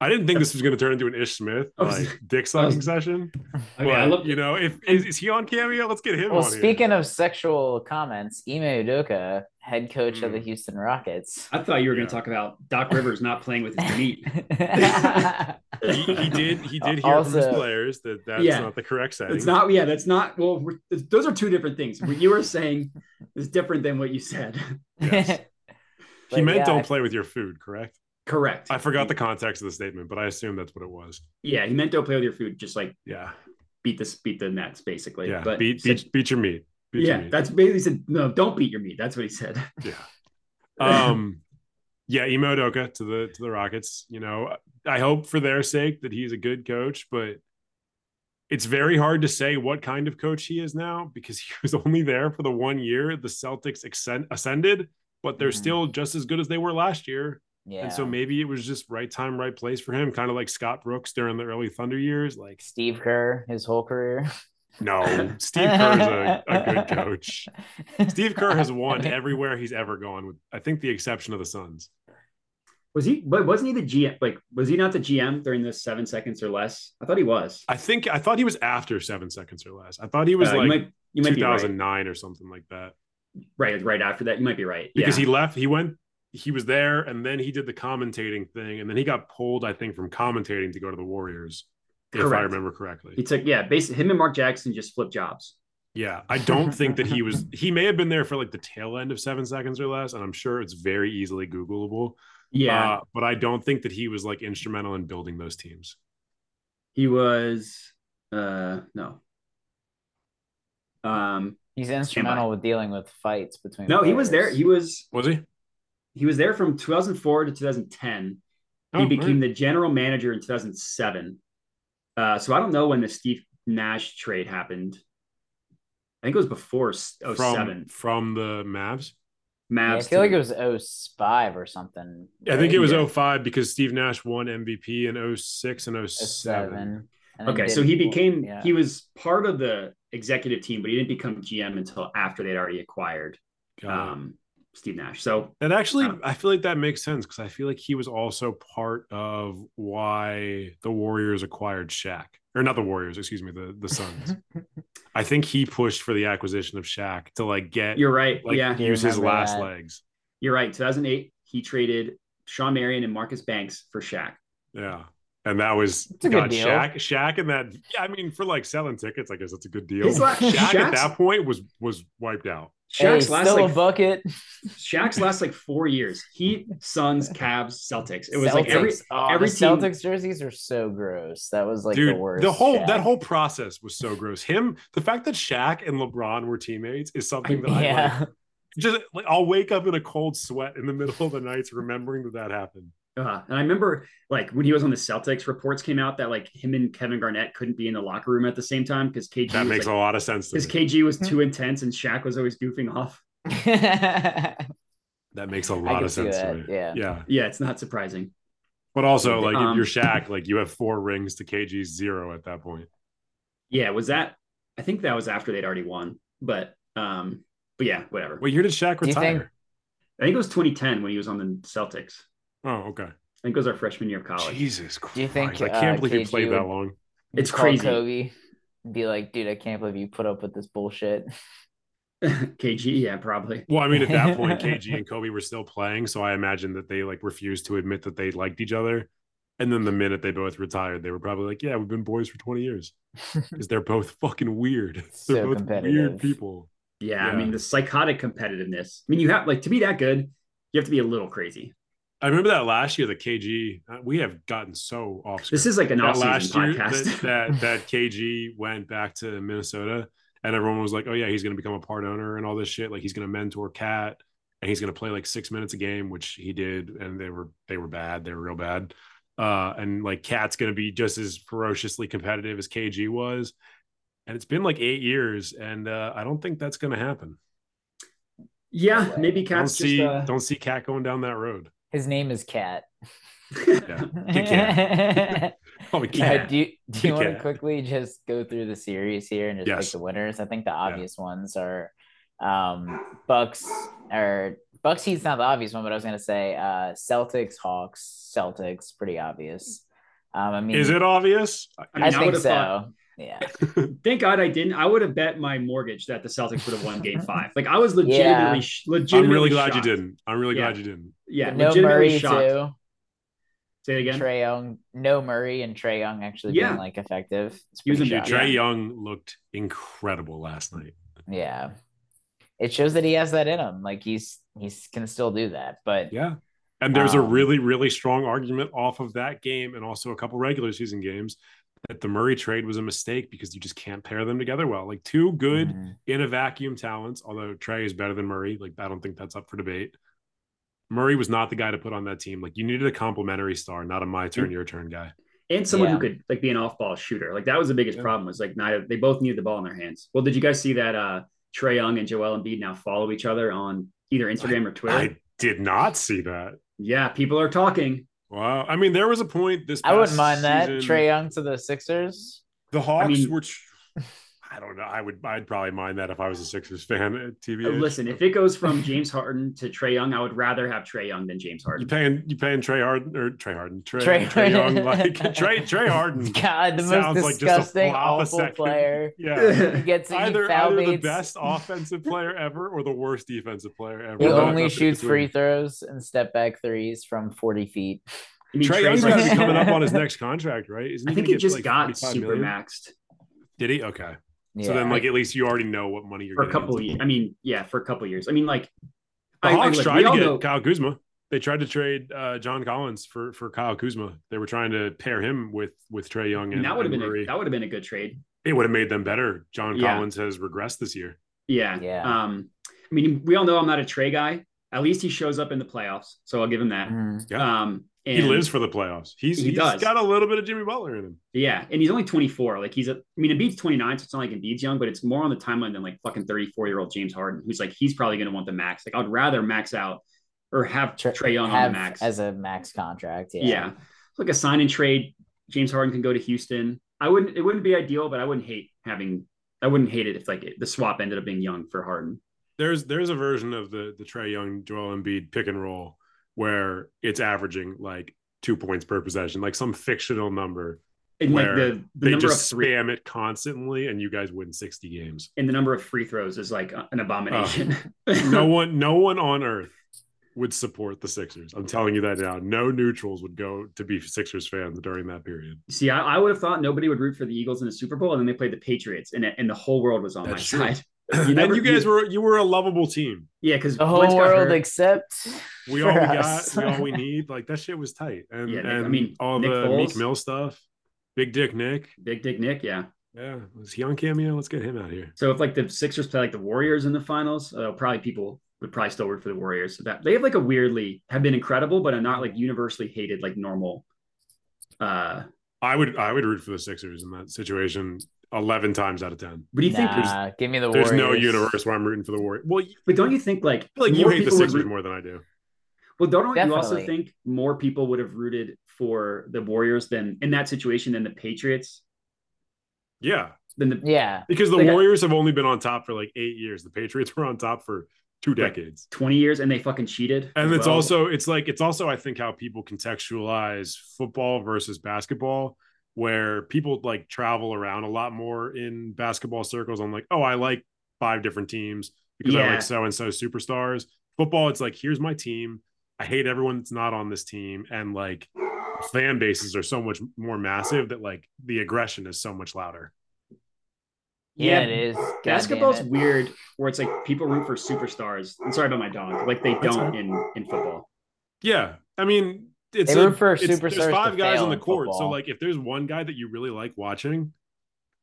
[SPEAKER 2] I didn't think this was gonna turn into an Ish Smith
[SPEAKER 3] I was-
[SPEAKER 2] like dick
[SPEAKER 3] I was-
[SPEAKER 2] sucking session.
[SPEAKER 3] I mean, I
[SPEAKER 2] But,
[SPEAKER 3] love
[SPEAKER 2] you know if is, is he on cameo? Let's get him.
[SPEAKER 4] Well,
[SPEAKER 2] on here.
[SPEAKER 4] speaking of sexual comments, Ime Udoka, head coach of the
[SPEAKER 2] Mm.
[SPEAKER 4] Houston Rockets.
[SPEAKER 3] I thought you were going
[SPEAKER 2] Yeah.
[SPEAKER 3] to talk about Doc Rivers not playing with his meat.
[SPEAKER 2] he, he did he did hear from his
[SPEAKER 4] Also-
[SPEAKER 2] players that that's
[SPEAKER 3] Yeah.
[SPEAKER 2] not the correct setting.
[SPEAKER 3] It's not. Yeah, that's not. Well, we're, th- those are two different things. What you were saying is different than what you said.
[SPEAKER 2] Yes. he
[SPEAKER 4] Like,
[SPEAKER 2] meant
[SPEAKER 4] yeah,
[SPEAKER 2] don't
[SPEAKER 4] I-
[SPEAKER 2] play with your food, correct?
[SPEAKER 3] Correct.
[SPEAKER 2] I forgot the context of the statement, but I assume that's what it was.
[SPEAKER 3] Yeah, he meant don't play with your food. Just like
[SPEAKER 2] Yeah,
[SPEAKER 3] beat this, beat the nets, basically.
[SPEAKER 2] yeah.
[SPEAKER 3] But
[SPEAKER 2] beat,
[SPEAKER 3] he said-
[SPEAKER 2] beat, beat your meat. Beat your
[SPEAKER 3] yeah,
[SPEAKER 2] meat.
[SPEAKER 3] that's basically he said. No, don't beat your meat. That's what he said.
[SPEAKER 2] yeah. Um, yeah, Emo Doka to the to the Rockets. You know, I hope for their sake that he's a good coach, but it's very hard to say what kind of coach he is now because he was only there for the one year the Celtics accen- ascended, but they're
[SPEAKER 4] Mhm.
[SPEAKER 2] still just as good as they were last year.
[SPEAKER 4] Yeah.
[SPEAKER 2] And so maybe it was just right time, right place for him, kind of like Scott Brooks during the early Thunder years. Like,
[SPEAKER 4] Steve Kerr, his whole career.
[SPEAKER 2] no, Steve Kerr is a, a good coach. Steve Kerr has won everywhere he's ever gone, with I think the exception of the Suns.
[SPEAKER 3] Was he? But wasn't he the GM? Like, was he not the GM during the seven seconds or less? I thought he was.
[SPEAKER 2] I think I thought he was after seven seconds or less. I thought he was
[SPEAKER 3] Uh,
[SPEAKER 2] like
[SPEAKER 3] you might, you might be right.
[SPEAKER 2] 2009 or something like that
[SPEAKER 3] right. Right after that, you might be right.
[SPEAKER 2] because
[SPEAKER 3] yeah.
[SPEAKER 2] he left. He went. He was there, and then he did the commentating thing, and then he got pulled, I think, from commentating to go to the Warriors, if I
[SPEAKER 3] Correct.
[SPEAKER 2] remember
[SPEAKER 3] he
[SPEAKER 2] correctly.
[SPEAKER 3] took yeah. Basically, him and Mark Jackson just flipped jobs.
[SPEAKER 2] Yeah, I don't think that he was. He may have been there for like the tail end of seven seconds or less, and I'm sure it's very easily Googleable.
[SPEAKER 3] Yeah,
[SPEAKER 2] Uh, but I don't think that he was like instrumental in building those teams.
[SPEAKER 3] he was. Uh, no. Um,
[SPEAKER 4] He's instrumental with dealing with fights between.
[SPEAKER 3] no, he was there.
[SPEAKER 4] players.
[SPEAKER 3] He was
[SPEAKER 2] Was he?
[SPEAKER 3] he was there from 2004 to 2010. he
[SPEAKER 2] Oh,
[SPEAKER 3] became the general manager in 2007. Uh, so I don't know when the Steve Nash trade happened. I think it was before s-
[SPEAKER 2] all right.
[SPEAKER 3] 07.
[SPEAKER 2] from from the Mavs.
[SPEAKER 4] Yeah,
[SPEAKER 3] Mavs.
[SPEAKER 4] I feel like
[SPEAKER 3] team.
[SPEAKER 4] it was 05 or something.
[SPEAKER 2] I think it was
[SPEAKER 3] Yeah.
[SPEAKER 2] 05 because Steve Nash won MVP in 06 and 07.
[SPEAKER 4] seven.
[SPEAKER 3] okay. So he became he was part of the executive team, but he didn't become GM until after they'd already acquired
[SPEAKER 2] God.
[SPEAKER 3] um, Steve Nash. So
[SPEAKER 2] That actually,
[SPEAKER 3] Uh,
[SPEAKER 2] I feel like that makes sense because I feel like he was also part of why the Warriors acquired Shaq, or not the Warriors, excuse me, the the Suns. I think he pushed for the acquisition of Shaq to like get
[SPEAKER 3] you're right.
[SPEAKER 2] like
[SPEAKER 3] yeah,
[SPEAKER 2] use his
[SPEAKER 4] Remember
[SPEAKER 2] last
[SPEAKER 4] that.
[SPEAKER 2] legs.
[SPEAKER 3] you're right. 2008, he traded Sean Marion and Marcus Banks for Shaq.
[SPEAKER 2] Yeah, and that was
[SPEAKER 4] a good
[SPEAKER 2] God,
[SPEAKER 4] deal.
[SPEAKER 2] Shaq, Shaq, and that. Yeah, I mean, for like selling tickets, I guess that's a good deal.
[SPEAKER 3] His last,
[SPEAKER 2] Shaq at
[SPEAKER 3] Shaq's,
[SPEAKER 2] that point was was wiped out.
[SPEAKER 3] Shaq's
[SPEAKER 4] Hey,
[SPEAKER 3] last
[SPEAKER 4] still
[SPEAKER 3] like
[SPEAKER 4] a bucket.
[SPEAKER 3] Shaq's last like four years. Heat, Suns, Cavs, Celtics. It was like every
[SPEAKER 4] Celtics. Oh,
[SPEAKER 3] every
[SPEAKER 4] the
[SPEAKER 3] team-
[SPEAKER 4] Celtics jerseys are so gross. That was like
[SPEAKER 2] Dude,
[SPEAKER 4] the worst.
[SPEAKER 2] whole
[SPEAKER 4] Shaq.
[SPEAKER 2] that whole process was so gross. Him, the fact that Shaq and LeBron were teammates is something that I like,
[SPEAKER 4] yeah.
[SPEAKER 2] just like I'll wake up in a cold sweat in the middle of the night remembering that that happened.
[SPEAKER 3] uh, and I remember like when he was on the Celtics, reports came out that like him and Kevin Garnett couldn't be in the locker room at the same time because KG
[SPEAKER 2] That
[SPEAKER 3] was,
[SPEAKER 2] makes
[SPEAKER 3] like,
[SPEAKER 2] a lot of sense. To me.
[SPEAKER 3] his KG was too intense and Shaq was always goofing off.
[SPEAKER 4] a
[SPEAKER 2] that makes a lot of sense to me.
[SPEAKER 4] Yeah.
[SPEAKER 2] Yeah,
[SPEAKER 3] Yeah, it's not surprising.
[SPEAKER 2] but also like if
[SPEAKER 3] Um,
[SPEAKER 2] you're Shaq, like you have four rings to KG's zero at that point.
[SPEAKER 3] Yeah, was that? I think that was after they'd already won, but um, but yeah, whatever.
[SPEAKER 2] What year did Shaq
[SPEAKER 4] Do you think-
[SPEAKER 2] retire?
[SPEAKER 3] I think it was 2010 when he was on the Celtics.
[SPEAKER 2] Oh, okay.
[SPEAKER 3] I think it was our freshman year of college.
[SPEAKER 2] Jesus Christ!
[SPEAKER 4] Do you think,
[SPEAKER 2] I can't
[SPEAKER 4] uh,
[SPEAKER 2] believe he
[SPEAKER 4] KG
[SPEAKER 2] played that
[SPEAKER 4] would-
[SPEAKER 2] long?
[SPEAKER 3] It's
[SPEAKER 4] Call
[SPEAKER 3] crazy.
[SPEAKER 4] Kobe, be like, dude, I can't believe you put up with this bullshit.
[SPEAKER 3] KG, yeah, probably.
[SPEAKER 2] Well, I mean, at that point, KG and Kobe were still playing, so I imagine that they like refused to admit that they liked each other. And then the minute they both retired, they were probably like, "Yeah, we've been boys for twenty years," because they're both fucking weird.
[SPEAKER 4] So
[SPEAKER 2] They're both
[SPEAKER 4] competitive.
[SPEAKER 2] weird people.
[SPEAKER 3] Yeah, I
[SPEAKER 2] Yeah.
[SPEAKER 3] mean the psychotic competitiveness. I mean, you have like to be that good, you have to be a little crazy.
[SPEAKER 2] I remember that last year, the KG. uh, We have gotten so off. Script.
[SPEAKER 3] This is like an
[SPEAKER 2] that
[SPEAKER 3] off-season
[SPEAKER 2] last year
[SPEAKER 3] podcast.
[SPEAKER 2] that, that that KG went back to Minnesota, and everyone was like, "Oh yeah, he's going to become a part owner and all this shit. Like he's going to mentor Cat, and he's going to play like six minutes a game, which he did, and they were they were bad. They were real bad. Uh, and like Cat's going to be just as ferociously competitive as KG was." And it's been like eight years, and uh, I don't think that's going to happen.
[SPEAKER 3] yeah, maybe Cat's
[SPEAKER 2] don't see
[SPEAKER 3] just. Uh,
[SPEAKER 2] don't see Cat going down that road.
[SPEAKER 4] His name is Cat.
[SPEAKER 2] Yeah. Kit Kat. Probably
[SPEAKER 4] Uh,
[SPEAKER 2] Cat.
[SPEAKER 4] do you, do
[SPEAKER 2] Kit
[SPEAKER 4] you want to
[SPEAKER 2] Kat.
[SPEAKER 4] quickly just go through the series here and just
[SPEAKER 2] Yes.
[SPEAKER 4] pick the winners? I think the obvious ones are um, Bucks or Bucks Heat's not the obvious one, but I was gonna say uh, Celtics Hawks Celtics pretty obvious. Um, I mean,
[SPEAKER 2] Is it obvious?
[SPEAKER 3] I,
[SPEAKER 4] I,
[SPEAKER 3] mean, I
[SPEAKER 4] think
[SPEAKER 3] would've
[SPEAKER 4] so.
[SPEAKER 3] thought-
[SPEAKER 4] yeah,
[SPEAKER 3] thank God I didn't. I would have bet my mortgage that the Celtics would have won Game Five. Like I was legitimately,
[SPEAKER 4] Yeah.
[SPEAKER 3] sh- legitimately.
[SPEAKER 2] I'm really glad
[SPEAKER 3] shocked.
[SPEAKER 2] you didn't. I'm really
[SPEAKER 3] Yeah.
[SPEAKER 2] glad you didn't.
[SPEAKER 3] Yeah,
[SPEAKER 4] no
[SPEAKER 3] legitimately
[SPEAKER 4] Murray
[SPEAKER 3] shocked.
[SPEAKER 4] too.
[SPEAKER 3] Say it again.
[SPEAKER 4] Trey Young, no Murray and Trey Young actually
[SPEAKER 3] Yeah.
[SPEAKER 4] being like effective. It's
[SPEAKER 3] He was
[SPEAKER 4] pretty
[SPEAKER 3] a
[SPEAKER 2] Dude,
[SPEAKER 3] Yeah.
[SPEAKER 4] shocking.
[SPEAKER 2] Trey Young looked incredible last night.
[SPEAKER 4] Yeah. It shows that he has that in him. Like he's he's can still do that. But
[SPEAKER 2] Yeah. And there's a
[SPEAKER 4] Um,
[SPEAKER 2] really, really strong argument off of that game and also a couple regular season games that the Murray trade was a mistake because you just can't pair them together well. Like two good
[SPEAKER 3] Mm-hmm.
[SPEAKER 4] Mhm.
[SPEAKER 2] in a vacuum talents, although Trey is better than Murray. Like, I don't think that's up for debate. Murray was not the guy to put on that team. Like, you needed a complimentary star, not a my turn, your turn guy.
[SPEAKER 3] and someone who
[SPEAKER 4] Yeah.
[SPEAKER 3] could like be an off-ball shooter. Like that was the biggest
[SPEAKER 2] Yeah.
[SPEAKER 3] problem. Was like neither they both needed the ball in their hands. Well, did you guys see that uh Trey Young and Joel Embiid now follow each other on either Instagram or Twitter?
[SPEAKER 2] I did not see that.
[SPEAKER 3] yeah, people are talking.
[SPEAKER 2] Wow. I mean, there was a point this
[SPEAKER 4] I wouldn't
[SPEAKER 2] past
[SPEAKER 4] mind that.
[SPEAKER 2] season-
[SPEAKER 4] Trey Young to the Sixers.
[SPEAKER 2] The Hawks
[SPEAKER 3] mean-
[SPEAKER 2] were. Tr- I don't know. I would. I'd probably mind that if I was a Sixers fan. uh, At TV.
[SPEAKER 3] Uh, Listen, if it goes from James Harden to Trey Young, I would rather have Trey Young than James
[SPEAKER 2] you
[SPEAKER 3] Harden.
[SPEAKER 2] paying you paying Trey Harden or Trey Harden Trey Trey,
[SPEAKER 4] Trey
[SPEAKER 2] Young
[SPEAKER 4] Harden.
[SPEAKER 2] like Trey Trey Harden.
[SPEAKER 4] God, the
[SPEAKER 2] Sounds like
[SPEAKER 4] most
[SPEAKER 2] just a
[SPEAKER 4] disgusting,
[SPEAKER 2] flop a
[SPEAKER 4] awful
[SPEAKER 2] second.
[SPEAKER 4] player.
[SPEAKER 2] Yeah.
[SPEAKER 4] He gets he
[SPEAKER 2] Either,
[SPEAKER 4] foul
[SPEAKER 2] either the
[SPEAKER 4] baits.
[SPEAKER 2] best offensive player ever or the worst defensive player ever.
[SPEAKER 4] He
[SPEAKER 2] Not-
[SPEAKER 4] only
[SPEAKER 2] nothing
[SPEAKER 4] shoots free
[SPEAKER 2] between.
[SPEAKER 4] throws and step back threes from 40 feet.
[SPEAKER 3] I mean,
[SPEAKER 2] Trey
[SPEAKER 3] Trey's
[SPEAKER 2] Young's
[SPEAKER 3] like-
[SPEAKER 2] got to be coming up on his next contract, right? Isn't
[SPEAKER 3] I
[SPEAKER 2] he
[SPEAKER 3] think
[SPEAKER 2] gonna
[SPEAKER 3] he
[SPEAKER 2] get,
[SPEAKER 3] just
[SPEAKER 2] like,
[SPEAKER 3] got
[SPEAKER 2] 45
[SPEAKER 3] super
[SPEAKER 2] million?
[SPEAKER 3] maxed.
[SPEAKER 2] Did he? Okay. So then, like, at least you already know what money you're
[SPEAKER 3] for a
[SPEAKER 2] getting
[SPEAKER 3] couple of
[SPEAKER 2] into.
[SPEAKER 3] years. I mean, yeah, for a couple of years. I mean, like
[SPEAKER 2] The Hawks
[SPEAKER 3] look,
[SPEAKER 2] tried
[SPEAKER 3] we
[SPEAKER 2] to
[SPEAKER 3] all
[SPEAKER 2] get
[SPEAKER 3] know-
[SPEAKER 2] Kyle Kuzma. They tried to trade uh, John Collins for for Kyle Kuzma. They were trying to pair him with with Trey Young and,
[SPEAKER 3] and that would have
[SPEAKER 2] and
[SPEAKER 3] been a,
[SPEAKER 2] Murray.
[SPEAKER 3] that would have been a good trade.
[SPEAKER 2] it would have made them better. John
[SPEAKER 3] Yeah.
[SPEAKER 2] Collins has regressed this year.
[SPEAKER 3] Yeah.
[SPEAKER 4] Yeah.
[SPEAKER 3] Um, I mean, we all know I'm not a Trey guy. At least he shows up in the playoffs, so I'll give him that.
[SPEAKER 4] Mhm.
[SPEAKER 2] Yeah.
[SPEAKER 3] Um, and
[SPEAKER 2] He lives for the playoffs. He's
[SPEAKER 3] He
[SPEAKER 2] he's
[SPEAKER 3] does.
[SPEAKER 2] got a little bit of Jimmy Butler in him.
[SPEAKER 3] Yeah, and he's only 24. Like he's a, I mean, Embiid's 29, so it's not like Embiid's young, but it's more on the timeline than like fucking 34 year old James Harden, who's like he's probably going to want the max. Like I'd rather max out or have
[SPEAKER 4] Tra-
[SPEAKER 3] Trey Young on
[SPEAKER 4] have
[SPEAKER 3] the max.
[SPEAKER 4] as a max contract. Yeah.
[SPEAKER 3] yeah. like a sign and trade. James Harden can go to Houston. I wouldn't. It wouldn't be ideal, but I wouldn't hate having. I wouldn't hate it if like the swap ended up being Young for Harden.
[SPEAKER 2] There's there's a version of the the Trey Young Joel Embiid pick and roll where it's averaging like two points per possession, like some fictional number.
[SPEAKER 3] And like
[SPEAKER 2] Where
[SPEAKER 3] the, the
[SPEAKER 2] They
[SPEAKER 3] number
[SPEAKER 2] just
[SPEAKER 3] of three
[SPEAKER 2] spam it constantly, and you guys win sixty games.
[SPEAKER 3] and the number of free throws is like an abomination.
[SPEAKER 2] Oh, no one no one on earth would support the Sixers. I'm telling you that now. No neutrals would go to be Sixers fans during that period.
[SPEAKER 3] See, I, I would have thought nobody would root for the Eagles in the Super Bowl, and then they played the Patriots, and it- and the whole world was on
[SPEAKER 2] That's
[SPEAKER 3] my
[SPEAKER 2] true.
[SPEAKER 3] side. You never-
[SPEAKER 2] and you guys were you were a lovable team.
[SPEAKER 3] yeah, because
[SPEAKER 4] The whole world except
[SPEAKER 2] We
[SPEAKER 4] for
[SPEAKER 2] all we
[SPEAKER 4] us.
[SPEAKER 2] got, we all we need. Like that shit was tight. And
[SPEAKER 3] Yeah, Nick-
[SPEAKER 2] and
[SPEAKER 3] I mean,
[SPEAKER 2] all
[SPEAKER 3] Nick
[SPEAKER 2] the
[SPEAKER 3] Foles.
[SPEAKER 2] Meek Mill stuff, Big Dick Nick.
[SPEAKER 3] Big Dick Nick, yeah.
[SPEAKER 2] Yeah, was he on cameo? Let's get him out here.
[SPEAKER 3] So if like the Sixers play like the Warriors in the finals, uh, probably people would probably still root for the Warriors. So that they have like a weirdly have been incredible, but are not like universally hated like normal. Uh,
[SPEAKER 2] I would I would root for the Sixers in that situation. Eleven times out of ten,
[SPEAKER 3] but do you think?
[SPEAKER 4] nah, give me the
[SPEAKER 2] there's no
[SPEAKER 4] Warriors.
[SPEAKER 2] universe where I'm rooting for the Warriors. Well, you
[SPEAKER 3] But don't you think like,
[SPEAKER 2] feel like you
[SPEAKER 3] more
[SPEAKER 2] hate the
[SPEAKER 3] people would
[SPEAKER 2] Sixers
[SPEAKER 3] root-
[SPEAKER 2] more than I do.
[SPEAKER 3] Well, don't you also
[SPEAKER 4] Definitely.
[SPEAKER 3] think more people would have rooted for the Warriors than in that situation than the Patriots?
[SPEAKER 2] Yeah,
[SPEAKER 3] Than the
[SPEAKER 4] Yeah.
[SPEAKER 2] Because the
[SPEAKER 3] Like, I-
[SPEAKER 2] Warriors have only been on top for like eight years. The Patriots were on top for two
[SPEAKER 3] Right.
[SPEAKER 2] decades.
[SPEAKER 3] 20 years and they fucking cheated.
[SPEAKER 2] And
[SPEAKER 3] as
[SPEAKER 2] it's
[SPEAKER 3] well.
[SPEAKER 2] also it's like it's also I think how people contextualize football versus basketball, where people like travel around a lot more in basketball circles. I'm like, oh, I like five different teams because I
[SPEAKER 3] Yeah.
[SPEAKER 2] like so and so superstars. Football, it's like here's my team. I hate everyone that's not on this team, and like fan bases are so much more massive that like the aggression is so much louder.
[SPEAKER 3] Yeah,
[SPEAKER 4] Yeah, it is. God damn
[SPEAKER 3] Basketball's
[SPEAKER 4] it.
[SPEAKER 3] weird where it's like people root for superstars. I'm sorry about my dog. Like they
[SPEAKER 2] That's
[SPEAKER 3] don't
[SPEAKER 2] fine.
[SPEAKER 3] in, in football.
[SPEAKER 2] Yeah, I mean, it's
[SPEAKER 4] They
[SPEAKER 2] a-
[SPEAKER 4] root for
[SPEAKER 2] it's-
[SPEAKER 4] superstars
[SPEAKER 2] There's five
[SPEAKER 4] to
[SPEAKER 2] guys
[SPEAKER 4] fail
[SPEAKER 2] on the
[SPEAKER 4] in
[SPEAKER 2] court, so
[SPEAKER 4] football.
[SPEAKER 2] like if there's one guy that you really like watching,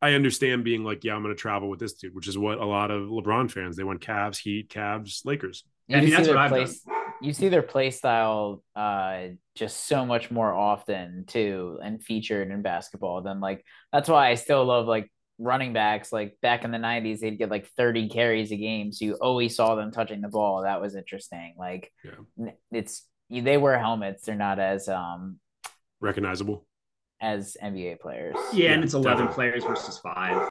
[SPEAKER 2] I understand being like, yeah, I'm going to travel with this dude, which is what a lot of LeBron fans they went Cavs, Heat, Cavs, Lakers.
[SPEAKER 4] You
[SPEAKER 3] I mean,
[SPEAKER 4] see
[SPEAKER 3] that's
[SPEAKER 4] their
[SPEAKER 3] what I've
[SPEAKER 4] play, You see their play style uh, just so much more often too, and featured in basketball than like. That's why I still love like running backs. Like back in the '90s, they'd get like 30 carries a game, so you always saw them touching the ball. That was interesting. Like,
[SPEAKER 2] Yeah.
[SPEAKER 4] n- it's they wear helmets. They're not as um
[SPEAKER 2] Recognizable.
[SPEAKER 4] as NBA players.
[SPEAKER 3] Yeah, and
[SPEAKER 2] Yeah,
[SPEAKER 3] it's 11
[SPEAKER 2] definitely.
[SPEAKER 3] players versus five.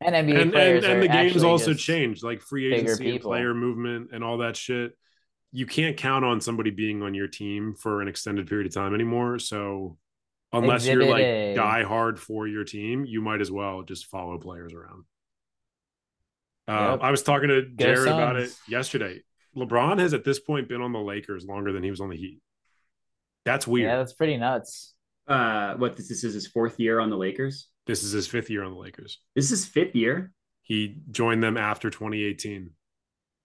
[SPEAKER 4] and NBA
[SPEAKER 2] and and,
[SPEAKER 4] players
[SPEAKER 2] and the game's also
[SPEAKER 4] changed.
[SPEAKER 2] changed like free
[SPEAKER 4] bigger
[SPEAKER 2] agency and
[SPEAKER 4] people.
[SPEAKER 2] player movement and all that shit you can't count on somebody being on your team for an extended period of time anymore so unless you're
[SPEAKER 4] Exhibit
[SPEAKER 2] like
[SPEAKER 4] A.
[SPEAKER 2] die hard for your team you might as well just follow players around uh,
[SPEAKER 4] Yep.
[SPEAKER 2] i was talking to
[SPEAKER 4] Go
[SPEAKER 2] jared about it
[SPEAKER 4] Suns.
[SPEAKER 2] yesterday lebron has at this point been on the lakers longer than he was on the heat that's weird
[SPEAKER 4] Yeah, that's pretty nuts.
[SPEAKER 3] Uh, what this, this is his fourth year on the Lakers.
[SPEAKER 2] this is his fifth year on the lakers
[SPEAKER 3] This is fifth year.
[SPEAKER 2] he joined them after 2018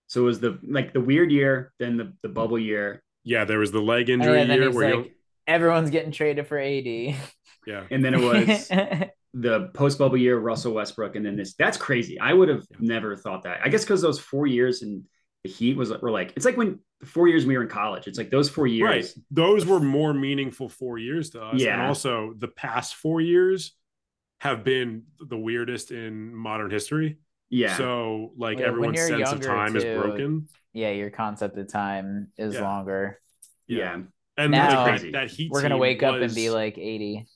[SPEAKER 3] So it was the like the weird year, then the, the bubble year,
[SPEAKER 2] yeah there was the leg
[SPEAKER 4] And
[SPEAKER 2] injury
[SPEAKER 4] Oh, then
[SPEAKER 2] year
[SPEAKER 4] he's
[SPEAKER 2] where
[SPEAKER 4] like, everyone's getting traded for AD.
[SPEAKER 2] he yeah
[SPEAKER 3] and then it was the post bubble year, Russell Westbrook, and then this. That's crazy. I would have
[SPEAKER 2] Yeah.
[SPEAKER 3] never thought that. I guess because those four years and the Heat was were like it's like when the four years we were in college. It's like those four years.
[SPEAKER 2] Right. Those were more meaningful four years to us. And
[SPEAKER 3] Yeah.
[SPEAKER 2] also the past four years have been the weirdest in modern history.
[SPEAKER 3] Yeah.
[SPEAKER 2] So like
[SPEAKER 4] Yeah, when
[SPEAKER 2] everyone's
[SPEAKER 4] you're
[SPEAKER 2] sense of
[SPEAKER 4] younger,
[SPEAKER 2] time is
[SPEAKER 4] too,
[SPEAKER 2] broken.
[SPEAKER 4] yeah, your concept of time is
[SPEAKER 2] Yeah.
[SPEAKER 4] longer.
[SPEAKER 3] yeah.
[SPEAKER 2] And
[SPEAKER 4] Now-
[SPEAKER 2] like that, that heat
[SPEAKER 4] We're gonna
[SPEAKER 2] team
[SPEAKER 4] wake up and
[SPEAKER 2] was-
[SPEAKER 4] be like eighty.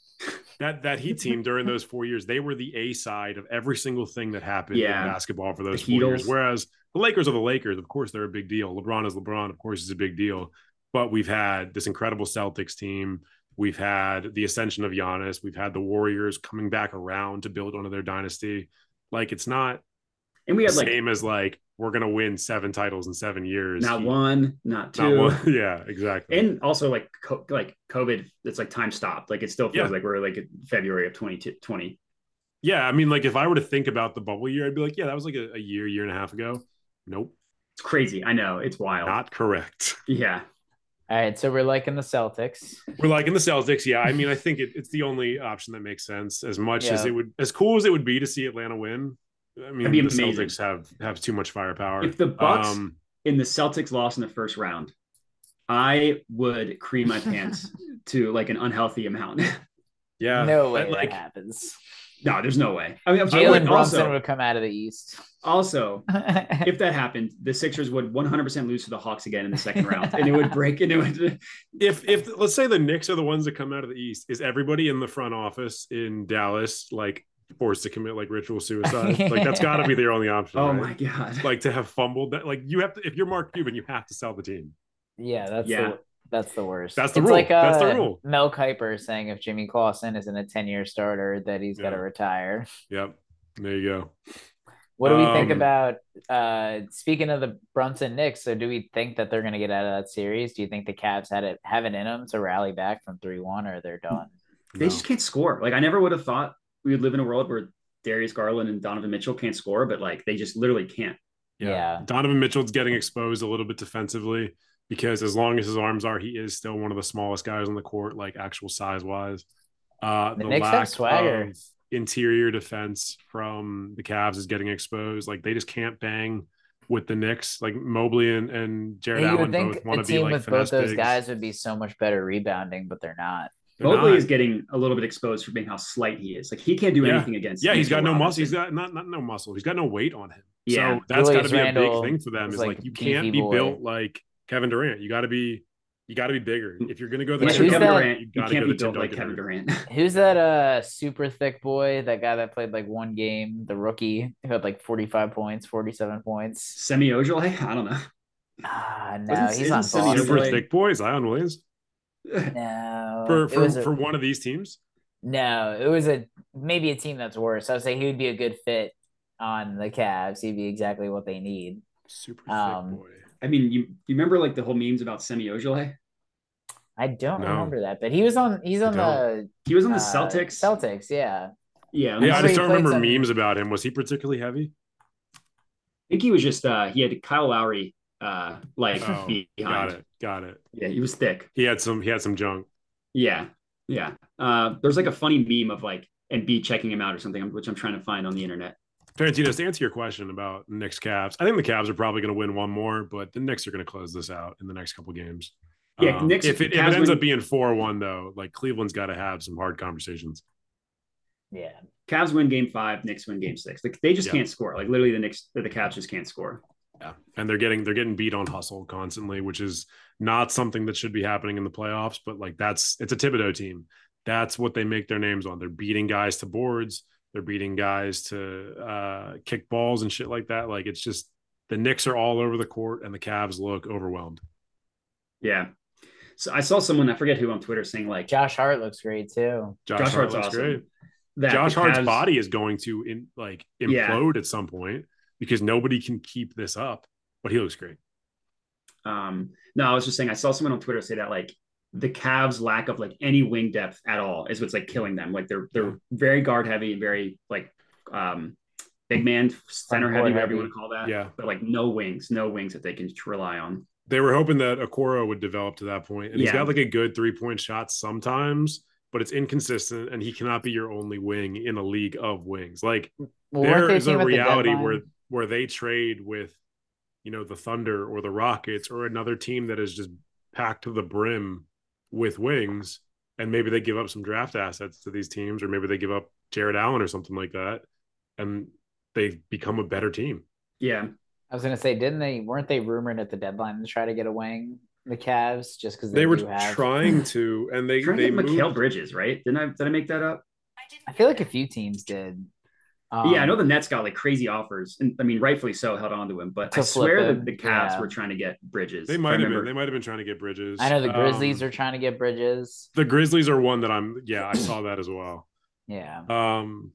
[SPEAKER 2] that that heat team during those four years, they were the A side of every single thing that happened
[SPEAKER 3] Yeah.
[SPEAKER 2] in basketball for those
[SPEAKER 3] The
[SPEAKER 2] four years.
[SPEAKER 3] Heatles.
[SPEAKER 2] Whereas the Lakers are the Lakers, of course they're a big deal. LeBron is LeBron, of course, is a big deal. But we've had this incredible Celtics team. We've had the ascension of Giannis. We've had the Warriors coming back around to build onto their dynasty. Like it's not
[SPEAKER 3] And we
[SPEAKER 2] the
[SPEAKER 3] had like
[SPEAKER 2] same as like we're gonna win seven titles in seven years.
[SPEAKER 3] not
[SPEAKER 2] He-
[SPEAKER 3] one, not two,
[SPEAKER 2] Not one. Yeah, exactly.
[SPEAKER 3] and also like co- like COVID. It's like time stopped. Like it still feels
[SPEAKER 2] Yeah.
[SPEAKER 3] like we're like in February of 2020.
[SPEAKER 2] Yeah, I mean, like if I were to think about the bubble year, I'd be like, yeah, that was like a, a year, year and a half ago. Nope,
[SPEAKER 3] It's crazy. I know. It's wild.
[SPEAKER 2] not correct.
[SPEAKER 3] yeah.
[SPEAKER 4] All right, so we're liking the Celtics.
[SPEAKER 2] We're like in the Celtics. Yeah, I mean, I think it, it's the only option that makes sense. As much as
[SPEAKER 4] Yeah.
[SPEAKER 2] it would, as cool as it would be to see Atlanta win. I mean,
[SPEAKER 3] be
[SPEAKER 2] the
[SPEAKER 3] amazing.
[SPEAKER 2] Celtics have have too much firepower.
[SPEAKER 3] If the Bucks
[SPEAKER 2] Um,
[SPEAKER 3] in the Celtics lost in the first round, I would cream my pants to like an unhealthy amount.
[SPEAKER 2] yeah,
[SPEAKER 4] no
[SPEAKER 2] I-
[SPEAKER 4] way
[SPEAKER 2] like
[SPEAKER 4] that happens.
[SPEAKER 3] no, there's no way. I mean, I would
[SPEAKER 4] Jalen Brunson
[SPEAKER 3] also,
[SPEAKER 4] would come out of the East.
[SPEAKER 2] Oh.
[SPEAKER 3] also, if that happened, the Sixers would 100% lose to the Hawks again in the second round, and it would break. And it would.
[SPEAKER 2] if if let's say the Knicks are the ones that come out of the East, is everybody in the front office in Dallas like forced to commit like ritual suicide? like that's got to be their only option.
[SPEAKER 3] Oh
[SPEAKER 2] right?
[SPEAKER 3] my god!
[SPEAKER 2] Like to have fumbled that, like you have to. If you're Mark Cuban, you have to sell the team.
[SPEAKER 4] yeah, that's
[SPEAKER 3] Yeah.
[SPEAKER 4] The, that's the worst.
[SPEAKER 2] That's the
[SPEAKER 4] it's
[SPEAKER 2] rule.
[SPEAKER 4] Like, uh,
[SPEAKER 2] That's the rule.
[SPEAKER 4] Mel Kiper saying if Jimmy Clausen isn't a ten year starter, that he's got to
[SPEAKER 2] Yeah.
[SPEAKER 4] retire.
[SPEAKER 2] Yep, there you go.
[SPEAKER 4] What do we think
[SPEAKER 2] Um,
[SPEAKER 4] about? uh Speaking of the Brunson Knicks, so do we think that they're going to get out of that series? Do you think the Cavs had it have it in them to rally back from three one, or they're done?
[SPEAKER 3] they
[SPEAKER 2] No.
[SPEAKER 3] just can't score. Like I never would have thought we would live in a world where Darius Garland and Donovan Mitchell can't score, but like they just literally can't.
[SPEAKER 4] Yeah.
[SPEAKER 2] Donovan Mitchell's getting exposed a little bit defensively because as long as his arms are, he is still one of the smallest guys on the court, like actual size wise. Uh,
[SPEAKER 4] The
[SPEAKER 2] the
[SPEAKER 4] Knicks have
[SPEAKER 2] lack
[SPEAKER 4] swagger.
[SPEAKER 2] of interior defense from the Cavs is getting exposed. Like they just can't bang with the Knicks. Like Mobley and, and Jared
[SPEAKER 4] you
[SPEAKER 2] Allen
[SPEAKER 4] would think
[SPEAKER 2] both
[SPEAKER 4] a
[SPEAKER 2] want to be
[SPEAKER 4] team
[SPEAKER 2] like
[SPEAKER 4] with both
[SPEAKER 2] finesse
[SPEAKER 4] those
[SPEAKER 2] bigs.
[SPEAKER 4] guys would be so much better rebounding, but they're not.
[SPEAKER 2] They're
[SPEAKER 3] Mobley
[SPEAKER 2] not.
[SPEAKER 3] is getting a little bit exposed for being how slight he is. Like he can't do
[SPEAKER 2] Yeah.
[SPEAKER 3] anything against.
[SPEAKER 2] yeah, he's got no
[SPEAKER 3] Mitchell
[SPEAKER 2] muscle. He's
[SPEAKER 3] Robinson.
[SPEAKER 2] got not not no muscle. He's got no weight on him.
[SPEAKER 3] Yeah.
[SPEAKER 2] So that's got to
[SPEAKER 4] Julius
[SPEAKER 2] be
[SPEAKER 4] Randle
[SPEAKER 2] a big thing for them.
[SPEAKER 4] is
[SPEAKER 2] Is
[SPEAKER 4] like
[SPEAKER 2] like, you can't
[SPEAKER 4] beefy
[SPEAKER 2] be
[SPEAKER 4] boy.
[SPEAKER 2] built like Kevin Durant. You got to be you got to be bigger if you're going to go the
[SPEAKER 4] Yeah,
[SPEAKER 3] Like,
[SPEAKER 2] Tim
[SPEAKER 4] who's
[SPEAKER 3] Kevin
[SPEAKER 2] Duncan
[SPEAKER 4] that-
[SPEAKER 3] Durant,
[SPEAKER 2] You
[SPEAKER 3] Mm. you
[SPEAKER 2] gotta
[SPEAKER 3] can't
[SPEAKER 2] go
[SPEAKER 3] be
[SPEAKER 2] to Tim
[SPEAKER 3] built like
[SPEAKER 2] Duncan.
[SPEAKER 3] Kevin Durant.
[SPEAKER 4] Who's that uh super thick boy? That guy that played like one game, the rookie who had like 45 points, 47 points.
[SPEAKER 3] Semi Ojale? I don't know.
[SPEAKER 4] Ah, no,
[SPEAKER 3] Wasn't-
[SPEAKER 4] he's on
[SPEAKER 3] isn't Semi
[SPEAKER 4] Boston.
[SPEAKER 2] super
[SPEAKER 3] Like-
[SPEAKER 2] thick boy Zion Williams
[SPEAKER 4] No,
[SPEAKER 2] for
[SPEAKER 4] Uh, it
[SPEAKER 2] for,
[SPEAKER 4] was a-
[SPEAKER 2] for one of these teams.
[SPEAKER 4] no, it was a maybe a team that's worse. I would say he would be a good fit on the Cavs. He'd be exactly what they need.
[SPEAKER 2] Super
[SPEAKER 4] Um,
[SPEAKER 2] thick boy.
[SPEAKER 3] I mean, you you remember like the whole memes about Semi Ojale?
[SPEAKER 4] I don't
[SPEAKER 2] No.
[SPEAKER 4] remember that, but he was on. He's
[SPEAKER 2] I
[SPEAKER 4] on the
[SPEAKER 3] He was on
[SPEAKER 4] uh,
[SPEAKER 3] the Celtics.
[SPEAKER 4] Celtics, yeah.
[SPEAKER 3] Yeah,
[SPEAKER 2] Yeah, I
[SPEAKER 4] so he
[SPEAKER 2] just don't
[SPEAKER 4] played
[SPEAKER 2] remember
[SPEAKER 4] some-
[SPEAKER 2] memes about him. Was he particularly heavy?
[SPEAKER 3] I think he was just uh he had Kyle Lowry uh like
[SPEAKER 2] Oh,
[SPEAKER 3] behind.
[SPEAKER 2] Got it. Got it.
[SPEAKER 3] Yeah, he was thick.
[SPEAKER 2] He had some he had some junk.
[SPEAKER 3] Yeah, yeah. Uh, there's like a funny meme of like and B checking him out or something, which I'm trying to find on the internet.
[SPEAKER 2] Tarantino, to answer your question about Knicks Cavs, I think the Cavs are probably going to win one more, but the Knicks are going to close this out in the next couple games.
[SPEAKER 3] Yeah,
[SPEAKER 2] Um,
[SPEAKER 3] Knicks-
[SPEAKER 2] if it, if
[SPEAKER 3] Cavs
[SPEAKER 2] it ends
[SPEAKER 3] win-
[SPEAKER 2] up being four one though, like Cleveland's got to have some hard conversations.
[SPEAKER 4] Yeah.
[SPEAKER 3] Cavs win game five, Knicks win game six. Like they just
[SPEAKER 2] Yeah.
[SPEAKER 3] can't score. Like literally the Knicks, the Cavs just can't score.
[SPEAKER 2] Yeah, and they're getting they're getting beat on hustle constantly, which is not something that should be happening in the playoffs. But like that's it's a Thibodeau team. That's what they make their names on. They're beating guys to boards. They're beating guys to uh, kick balls and shit like that. Like it's just the Knicks are all over the court, and the Cavs look overwhelmed.
[SPEAKER 3] Yeah. So I saw someone I forget who on Twitter saying like
[SPEAKER 4] Josh Hart looks great too.
[SPEAKER 2] Josh,
[SPEAKER 3] Josh
[SPEAKER 2] Hart
[SPEAKER 3] Hart's
[SPEAKER 2] looks
[SPEAKER 3] awesome.
[SPEAKER 2] great.
[SPEAKER 3] that
[SPEAKER 2] Josh
[SPEAKER 3] the
[SPEAKER 2] Hart's
[SPEAKER 3] Cavs-
[SPEAKER 2] body is going to in like
[SPEAKER 3] Yeah.
[SPEAKER 2] implode at some point because nobody can keep this up. But he looks great.
[SPEAKER 3] Um, no, I was just saying I saw someone on Twitter say that like the Cavs' lack of like any wing depth at all is what's like killing them. Like they're they're very guard heavy and very like um big man center heavy,
[SPEAKER 4] Front court
[SPEAKER 3] whatever you
[SPEAKER 4] heavy.
[SPEAKER 3] want to call that.
[SPEAKER 2] Yeah.
[SPEAKER 3] But like no wings, no wings that they can rely on.
[SPEAKER 2] They were hoping that Okoro would develop to that point, and he's
[SPEAKER 3] Yeah.
[SPEAKER 2] got like a good three point shot sometimes, but it's inconsistent, and he cannot be your only wing in a league of wings. Like
[SPEAKER 4] Well, weren't
[SPEAKER 2] there
[SPEAKER 4] they
[SPEAKER 2] is a
[SPEAKER 4] team at the
[SPEAKER 2] reality
[SPEAKER 4] deadline?
[SPEAKER 2] where where they trade with, you know, the Thunder or the Rockets or another team that is just packed to the brim with wings, and maybe they give up some draft assets to these teams, or maybe they give up Jared Allen or something like that, and they become a better team.
[SPEAKER 3] Yeah.
[SPEAKER 4] I was gonna say, didn't they? Weren't they rumored at the deadline to try to get a wing? The Cavs, just because they,
[SPEAKER 2] They were
[SPEAKER 4] do have-
[SPEAKER 2] trying to, and they
[SPEAKER 3] Trying to
[SPEAKER 2] they
[SPEAKER 3] get Mikhail
[SPEAKER 2] moved.
[SPEAKER 3] Bridges, right? Didn't I did I make that up?
[SPEAKER 4] I feel like a few teams did. Um,
[SPEAKER 3] yeah, I know the Nets got like crazy offers, and I mean rightfully so held on to him, but
[SPEAKER 4] To
[SPEAKER 3] I
[SPEAKER 4] flip
[SPEAKER 3] swear
[SPEAKER 4] him,
[SPEAKER 3] that the Cavs
[SPEAKER 4] yeah.
[SPEAKER 3] were trying to get Bridges.
[SPEAKER 2] They
[SPEAKER 3] if I
[SPEAKER 2] might have been.
[SPEAKER 3] remember.
[SPEAKER 2] They might have been trying to get Bridges.
[SPEAKER 4] I know the Grizzlies
[SPEAKER 2] Um,
[SPEAKER 4] are trying to get Bridges.
[SPEAKER 2] The Grizzlies are one that I'm. Yeah, I saw that as well.
[SPEAKER 4] Yeah,
[SPEAKER 2] Um,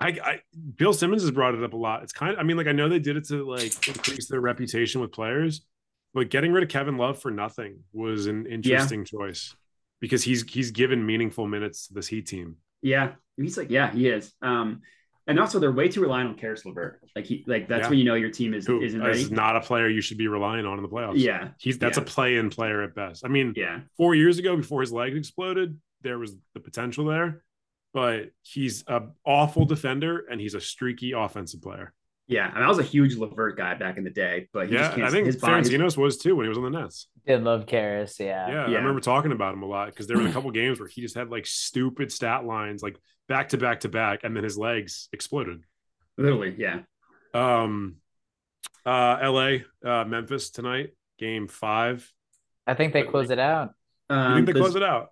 [SPEAKER 2] I, I Bill Simmons has brought it up a lot. It's kind of, I mean, like I know they did it to like increase their reputation with players, but getting rid of Kevin Love for nothing was an interesting choice because he's he's given meaningful minutes to this Heat team.
[SPEAKER 3] Yeah, he's like, yeah, he is. Um, and also they're way too reliant on Karis LeVert. Like he, like that's
[SPEAKER 2] Yeah.
[SPEAKER 3] when you know your team is
[SPEAKER 2] Who
[SPEAKER 3] isn't
[SPEAKER 2] is
[SPEAKER 3] ready.
[SPEAKER 2] not a player you should be relying on in the playoffs.
[SPEAKER 3] Yeah,
[SPEAKER 2] He's that's
[SPEAKER 3] Yeah.
[SPEAKER 2] a play-in player at best. I mean,
[SPEAKER 3] yeah,
[SPEAKER 2] four years ago before his leg exploded, there was the potential there, but he's an awful defender and he's a streaky offensive player.
[SPEAKER 3] yeah. I, mean, I was a huge LeVert guy back in the day, but he just
[SPEAKER 2] yeah,
[SPEAKER 3] can't,
[SPEAKER 2] I think
[SPEAKER 3] his body.
[SPEAKER 2] Ferentinos was too when he was on the Nets.
[SPEAKER 4] Did love Karis, yeah.
[SPEAKER 2] Yeah,
[SPEAKER 3] Yeah.
[SPEAKER 2] I remember talking about him a lot because there were a couple games where he just had like stupid stat lines, like back to back to back, and then his legs exploded.
[SPEAKER 3] literally, yeah.
[SPEAKER 2] Um, uh, L.A. Uh, Memphis tonight, game five.
[SPEAKER 4] I think they close it out.
[SPEAKER 2] You
[SPEAKER 3] Um,
[SPEAKER 2] think they
[SPEAKER 3] does-
[SPEAKER 2] close it out?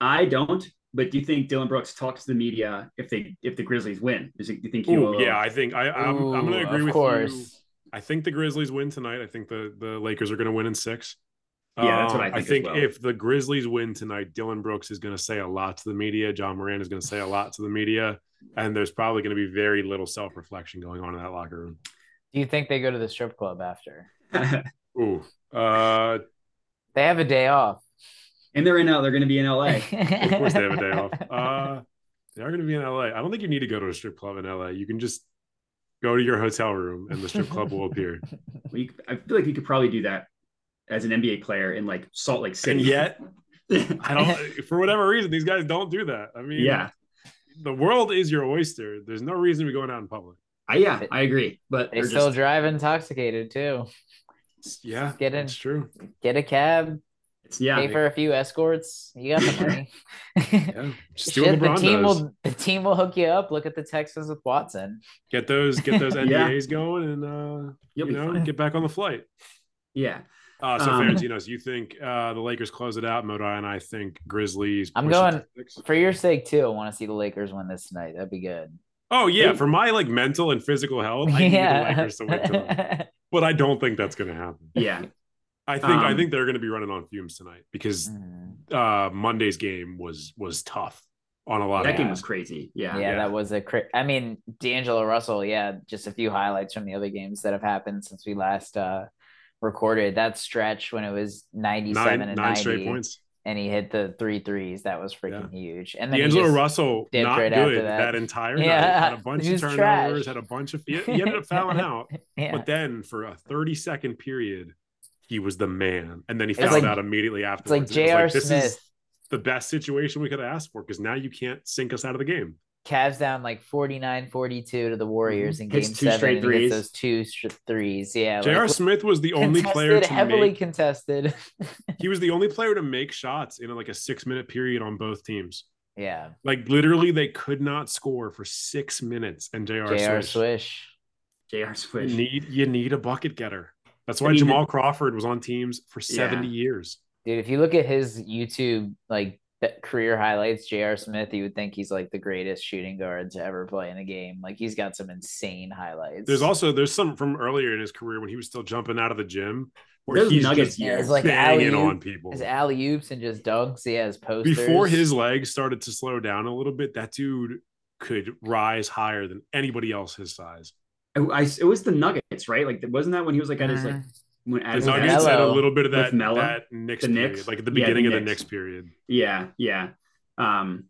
[SPEAKER 3] I don't. But do you think Dylan Brooks talks to the media if they if the Grizzlies win? Is it, do you think he
[SPEAKER 2] Ooh,
[SPEAKER 3] will?
[SPEAKER 2] yeah, I think I, I'm, I'm
[SPEAKER 4] Ooh,
[SPEAKER 2] going to agree
[SPEAKER 4] of
[SPEAKER 2] with
[SPEAKER 4] course.
[SPEAKER 2] you. I think the Grizzlies win tonight. I think the the Lakers are going to win in six. Um,
[SPEAKER 3] Yeah, that's what I think as well.
[SPEAKER 2] if the Grizzlies win tonight, Dylan Brooks is going to say a lot to the media. John Moran is going to say a lot to the media, and there's probably going to be very little self reflection going on in that locker room.
[SPEAKER 4] Do you think they go to the strip club after?
[SPEAKER 2] Ooh, uh,
[SPEAKER 4] They have a day off.
[SPEAKER 3] and they're in L. They're going to be in L.A.
[SPEAKER 2] of course they have a day off. Uh, they are going to be in LA. I don't think you need to go to a strip club in LA. You can just go to your hotel room, and the strip club will appear.
[SPEAKER 3] We, I feel like you could probably do that as an NBA player in like Salt Lake City.
[SPEAKER 2] And yet, I don't. For whatever reason, these guys don't do that. I mean,
[SPEAKER 3] yeah,
[SPEAKER 2] the world is your oyster. There's no reason to be going out in public.
[SPEAKER 3] I, yeah, I agree. But
[SPEAKER 4] They
[SPEAKER 3] they're
[SPEAKER 4] still
[SPEAKER 3] just,
[SPEAKER 4] drive intoxicated too.
[SPEAKER 2] Yeah,
[SPEAKER 4] Get in.
[SPEAKER 2] It's true.
[SPEAKER 4] Get a cab,
[SPEAKER 3] it's, yeah,
[SPEAKER 4] pay for a few escorts. You got the money.
[SPEAKER 2] Yeah, just do what
[SPEAKER 4] Shit, the
[SPEAKER 2] LeBron
[SPEAKER 4] team
[SPEAKER 2] does.
[SPEAKER 4] will the team will hook you up. Look at the Texans with Watson.
[SPEAKER 2] Get those, get those
[SPEAKER 4] Yeah.
[SPEAKER 2] NDAs going, and uh,
[SPEAKER 3] you'll
[SPEAKER 2] you
[SPEAKER 3] be
[SPEAKER 2] know,
[SPEAKER 3] fine.
[SPEAKER 2] get back on the flight.
[SPEAKER 3] Yeah,
[SPEAKER 2] Uh, so
[SPEAKER 3] Um,
[SPEAKER 2] Ferentinos, you think uh, the Lakers close it out? Modi and I think Grizzlies.
[SPEAKER 4] I'm
[SPEAKER 2] push it
[SPEAKER 4] going-
[SPEAKER 2] to six.
[SPEAKER 4] For your sake too, I want to see the Lakers win this tonight. That'd be good.
[SPEAKER 2] Oh yeah, for my like mental and physical health, I need the
[SPEAKER 4] yeah.
[SPEAKER 2] Lakers to win tonight. But I don't think that's going to happen.
[SPEAKER 3] yeah.
[SPEAKER 2] I think I
[SPEAKER 3] Um,
[SPEAKER 2] think they're going to be running on fumes tonight because
[SPEAKER 4] Mm.
[SPEAKER 2] uh, Monday's game was was tough on a lot
[SPEAKER 3] That
[SPEAKER 2] of
[SPEAKER 3] game
[SPEAKER 2] guys.
[SPEAKER 3] was crazy.
[SPEAKER 4] yeah,
[SPEAKER 3] Yeah,
[SPEAKER 2] Yeah.
[SPEAKER 4] that was a cra- I mean, D'Angelo Russell, yeah, just a few highlights from the other games that have happened since we last uh recorded. That stretch when it was 97
[SPEAKER 2] nine
[SPEAKER 4] and
[SPEAKER 2] nine
[SPEAKER 4] 90
[SPEAKER 2] straight points.
[SPEAKER 4] and he hit the three threes. That was freaking huge. And then he
[SPEAKER 2] D'Angelo
[SPEAKER 4] just-
[SPEAKER 2] Russell
[SPEAKER 4] dipped
[SPEAKER 2] not
[SPEAKER 4] right after
[SPEAKER 2] good
[SPEAKER 4] that.
[SPEAKER 2] that. entire night.
[SPEAKER 4] Yeah,
[SPEAKER 2] Had a bunch
[SPEAKER 4] he
[SPEAKER 2] of
[SPEAKER 4] was
[SPEAKER 2] turnovers.
[SPEAKER 4] trash.
[SPEAKER 2] Had a bunch of he, he ended up fouling out,
[SPEAKER 4] Yeah.
[SPEAKER 2] but then for a thirty second period, he was the man, and then he
[SPEAKER 4] It's
[SPEAKER 2] fouled
[SPEAKER 4] like-
[SPEAKER 2] out immediately
[SPEAKER 4] it's
[SPEAKER 2] after.
[SPEAKER 4] like J.R. Smith
[SPEAKER 2] the best situation we could have asked for because now you can't sink us out of the game.
[SPEAKER 4] Cavs down like 49 42 to the Warriors
[SPEAKER 2] Mm-hmm.
[SPEAKER 4] in game
[SPEAKER 3] Hits two
[SPEAKER 4] seven.
[SPEAKER 3] straight
[SPEAKER 4] and he gets
[SPEAKER 3] threes.
[SPEAKER 4] those two str- threes. Yeah.
[SPEAKER 2] J.R.
[SPEAKER 4] like,
[SPEAKER 2] Smith was the only
[SPEAKER 4] contested,
[SPEAKER 2] player to
[SPEAKER 4] heavily
[SPEAKER 2] make.
[SPEAKER 4] contested.
[SPEAKER 2] He was the only player to make shots in like a six minute period on both teams.
[SPEAKER 4] yeah.
[SPEAKER 2] Like literally, they could not score for six minutes, and J.R.
[SPEAKER 4] J.R.
[SPEAKER 2] Smith.
[SPEAKER 4] Swish.
[SPEAKER 3] Jr.
[SPEAKER 2] You
[SPEAKER 3] Swish.
[SPEAKER 2] need you need a bucket getter. That's why
[SPEAKER 3] I mean,
[SPEAKER 2] Jamal Crawford was on teams for
[SPEAKER 3] Yeah.
[SPEAKER 2] 70 years.
[SPEAKER 4] Dude, if you look at his YouTube like th- career highlights, J.R. Smith, you would think he's like the greatest shooting guard to ever play in the game. Like he's got some insane highlights.
[SPEAKER 2] There's also there's some from earlier in his career when he was still jumping out of the gym where
[SPEAKER 3] Those
[SPEAKER 2] he's
[SPEAKER 3] Nuggets
[SPEAKER 2] just
[SPEAKER 4] yeah,
[SPEAKER 3] years.
[SPEAKER 4] it's like
[SPEAKER 2] banging
[SPEAKER 4] alley-oop-
[SPEAKER 2] on people.
[SPEAKER 4] his alley oops and just dunks. He has posters
[SPEAKER 2] Before his legs started to slow down a little bit, that dude could rise higher than anybody else his size.
[SPEAKER 3] I, I- it was the Nuggets, right? Like, wasn't that when he was like at his like
[SPEAKER 4] Mhm.
[SPEAKER 3] when at
[SPEAKER 2] The
[SPEAKER 3] his
[SPEAKER 2] Nuggets
[SPEAKER 3] best?
[SPEAKER 2] had a
[SPEAKER 4] Melo.
[SPEAKER 2] little bit of
[SPEAKER 3] With
[SPEAKER 2] that,
[SPEAKER 3] Melo?
[SPEAKER 2] that Knicks,
[SPEAKER 3] The
[SPEAKER 2] period,
[SPEAKER 3] Knicks?
[SPEAKER 2] like at the
[SPEAKER 3] Yeah, the
[SPEAKER 2] beginning of the
[SPEAKER 3] Knicks.
[SPEAKER 2] Knicks period.
[SPEAKER 3] Yeah, yeah. Um,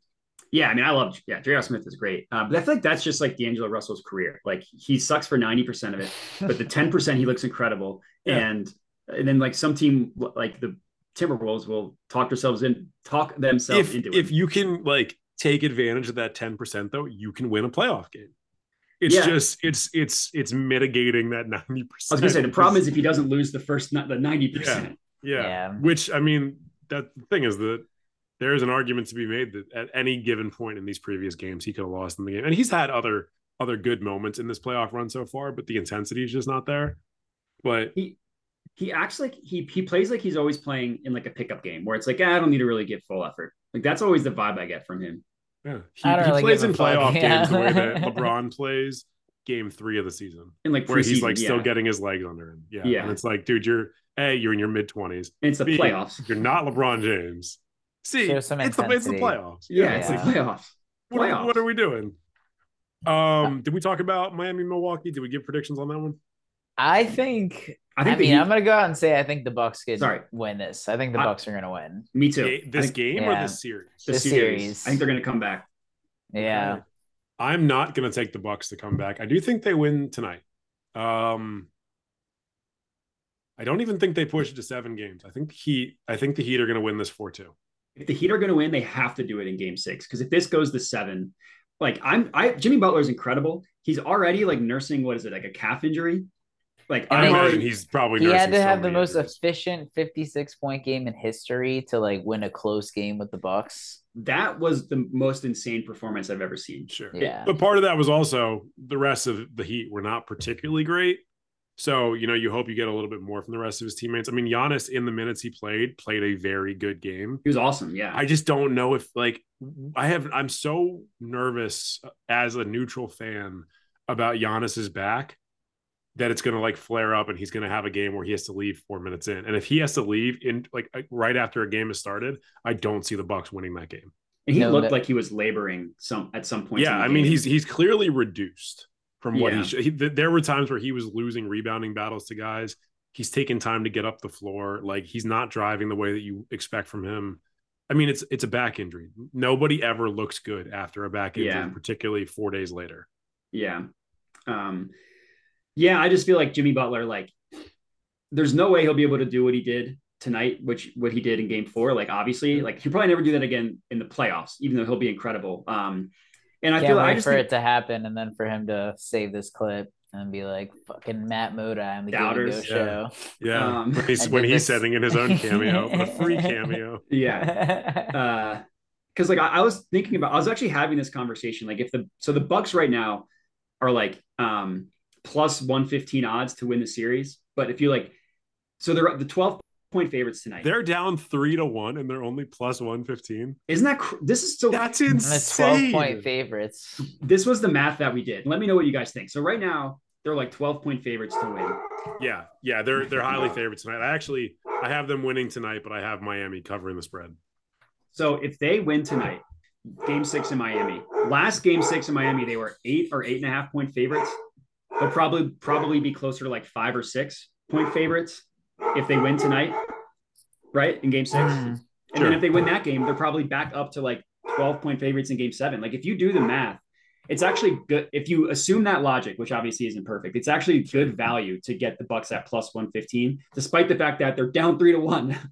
[SPEAKER 3] yeah, I mean, I love yeah, J.R. Smith is great. Uh, but I feel like that's just like D'Angelo Russell's career. Like he sucks for 90% of it,
[SPEAKER 2] Mm-hmm.
[SPEAKER 3] but the 10% he looks incredible.
[SPEAKER 2] Yeah.
[SPEAKER 3] And and then like some team like the Timberwolves will talk themselves in talk themselves
[SPEAKER 2] if
[SPEAKER 3] into it.
[SPEAKER 2] if you can like take advantage of that 10% though you can win a playoff game it's
[SPEAKER 3] Yeah.
[SPEAKER 2] just it's it's it's mitigating that 90%
[SPEAKER 3] I was gonna say the problem is if he doesn't lose the first not the 90%.
[SPEAKER 2] yeah.
[SPEAKER 4] Yeah.
[SPEAKER 2] which i mean that the thing is that there is an argument to be made that at any given point in these previous games he could have lost in the game and he's had other other good moments in this playoff run so far but the intensity is just not there but
[SPEAKER 3] he he acts like he he plays like he's always playing in like a pickup game where it's like "Ah, I don't need to really give full effort. Like that's always the vibe I get from him.
[SPEAKER 2] yeah he,
[SPEAKER 4] I
[SPEAKER 2] he
[SPEAKER 4] don't really
[SPEAKER 2] plays
[SPEAKER 4] give
[SPEAKER 2] in
[SPEAKER 4] a fuck,
[SPEAKER 2] playoff
[SPEAKER 4] yeah.
[SPEAKER 2] games the way that lebron plays game three of the season
[SPEAKER 3] And like
[SPEAKER 2] where he's
[SPEAKER 3] preseason,
[SPEAKER 2] like
[SPEAKER 3] yeah.
[SPEAKER 2] still getting his legs under him. Yeah.
[SPEAKER 3] Yeah.
[SPEAKER 2] And it's like, dude, you're A, you're in your mid twenties.
[SPEAKER 3] And it's the
[SPEAKER 2] B,
[SPEAKER 3] playoffs.
[SPEAKER 2] You're not LeBron James. C,
[SPEAKER 4] Show
[SPEAKER 2] it's the,
[SPEAKER 4] some
[SPEAKER 2] it's the
[SPEAKER 4] intensity.
[SPEAKER 2] playoffs.
[SPEAKER 3] Yeah, it's the
[SPEAKER 4] Yeah.
[SPEAKER 3] playoffs.
[SPEAKER 2] What are,
[SPEAKER 3] playoffs.
[SPEAKER 2] what are we doing? Um, did we talk about Miami Milwaukee? Did we give predictions on that one?
[SPEAKER 4] I think
[SPEAKER 3] I
[SPEAKER 4] I,
[SPEAKER 3] think the
[SPEAKER 4] mean,
[SPEAKER 3] Heat-
[SPEAKER 4] I'm gonna go out and say I think the Bucks could
[SPEAKER 3] Sorry.
[SPEAKER 4] win this. I think the
[SPEAKER 3] I-
[SPEAKER 4] Bucks are gonna win.
[SPEAKER 3] Me too.
[SPEAKER 2] Ga-
[SPEAKER 3] I
[SPEAKER 2] This
[SPEAKER 3] think
[SPEAKER 2] game or
[SPEAKER 4] yeah.
[SPEAKER 2] this series?
[SPEAKER 3] the
[SPEAKER 4] the
[SPEAKER 3] series.
[SPEAKER 4] series.
[SPEAKER 3] I think they're going to come back.
[SPEAKER 4] Yeah.
[SPEAKER 2] I'm not going to take the Bucks to come back. I do think they win tonight. Um, I don't even think they push it to seven games. I think the Heat. I think the Heat are going to win this four two.
[SPEAKER 3] If the Heat are going to win, they have to do it in Game Six because if this goes to seven, like I'm, I Jimmy Butler's incredible. He's already like nursing what is it like a calf injury? Like
[SPEAKER 2] I
[SPEAKER 4] they-
[SPEAKER 3] I'm
[SPEAKER 2] imagine
[SPEAKER 3] already,
[SPEAKER 2] he's probably.
[SPEAKER 4] he had
[SPEAKER 2] nursing
[SPEAKER 4] to
[SPEAKER 2] so
[SPEAKER 4] have the
[SPEAKER 2] many
[SPEAKER 4] most
[SPEAKER 2] injuries.
[SPEAKER 4] efficient 56 point game in history to like win a close game with the Bucks.
[SPEAKER 3] that was the most insane performance I've ever seen.
[SPEAKER 2] Sure.
[SPEAKER 4] Yeah.
[SPEAKER 2] But part of that was also the rest of the Heat were not particularly great. So, you know, you hope you get a little bit more from the rest of his teammates. I mean, Giannis, in the minutes he played, played a very good game.
[SPEAKER 3] He was awesome. Yeah.
[SPEAKER 2] I just don't know if, like, I have, I'm so nervous as a neutral fan about Giannis's back that it's going to like flare up and he's going to have a game where he has to leave four minutes in. And if he has to leave in like right after a game has started, I don't see the Bucks winning that game.
[SPEAKER 3] and he
[SPEAKER 4] No,
[SPEAKER 3] looked
[SPEAKER 4] that-
[SPEAKER 3] like he was laboring some at some point.
[SPEAKER 2] Yeah,
[SPEAKER 3] in the
[SPEAKER 2] I mean
[SPEAKER 3] game.
[SPEAKER 2] he's he's clearly reduced from what
[SPEAKER 3] Yeah.
[SPEAKER 2] he, should. he th- there were times where he was losing rebounding battles to guys. He's taking time to get up the floor. Like he's not driving the way that you expect from him. I mean, it's it's a back injury. Nobody ever looks good after a back injury,
[SPEAKER 3] Yeah.
[SPEAKER 2] particularly four days later.
[SPEAKER 3] Yeah. Um, yeah, I just feel like Jimmy Butler, like, there's no way he'll be able to do what he did tonight, which what he did in game four. Like, obviously, like he'll probably never do that again in the playoffs, even though he'll be incredible. Um, and I
[SPEAKER 4] Can't
[SPEAKER 3] feel
[SPEAKER 4] wait
[SPEAKER 3] I just
[SPEAKER 4] for
[SPEAKER 3] think
[SPEAKER 4] it to happen and then for him to save this clip and be like, fucking Matt Moda on the Game Go
[SPEAKER 3] Doubters.
[SPEAKER 4] show.
[SPEAKER 2] Yeah,
[SPEAKER 3] Um,
[SPEAKER 2] when he's,
[SPEAKER 4] I
[SPEAKER 2] when
[SPEAKER 4] did
[SPEAKER 2] he's
[SPEAKER 4] this-
[SPEAKER 2] setting in his own cameo, a free cameo.
[SPEAKER 3] yeah. Uh because like I, I was thinking about I was actually having this conversation. Like if the so the Bucks right now are like um plus 115 odds to win the series. But if you like so they're the 12 point favorites tonight.
[SPEAKER 2] They're down three to one, and they're only plus one fifteen.
[SPEAKER 3] Isn't that cr- this is so
[SPEAKER 2] That's
[SPEAKER 4] and the 12 point
[SPEAKER 2] insane.
[SPEAKER 4] favorites.
[SPEAKER 3] this was the math that we did. Let me know what you guys think. So right now they're like 12 point favorites to win.
[SPEAKER 2] Yeah, yeah, they're they're highly favored tonight. I actually I have them winning tonight, but I have Miami covering the spread.
[SPEAKER 3] So if they win tonight, game six in Miami. Last game six in Miami, they were eight or eight and a half point favorites. They'll probably probably be closer to like five or six point favorites if they win tonight, right? In game six.
[SPEAKER 4] Mm.
[SPEAKER 3] And
[SPEAKER 2] Sure.
[SPEAKER 3] then if they win that game, they're probably back up to like 12 point favorites in game seven. Like if you do the math, it's actually good if you assume that logic, which obviously isn't perfect. It's actually good value to get the Bucks at plus 115, despite the fact that they're down three to one.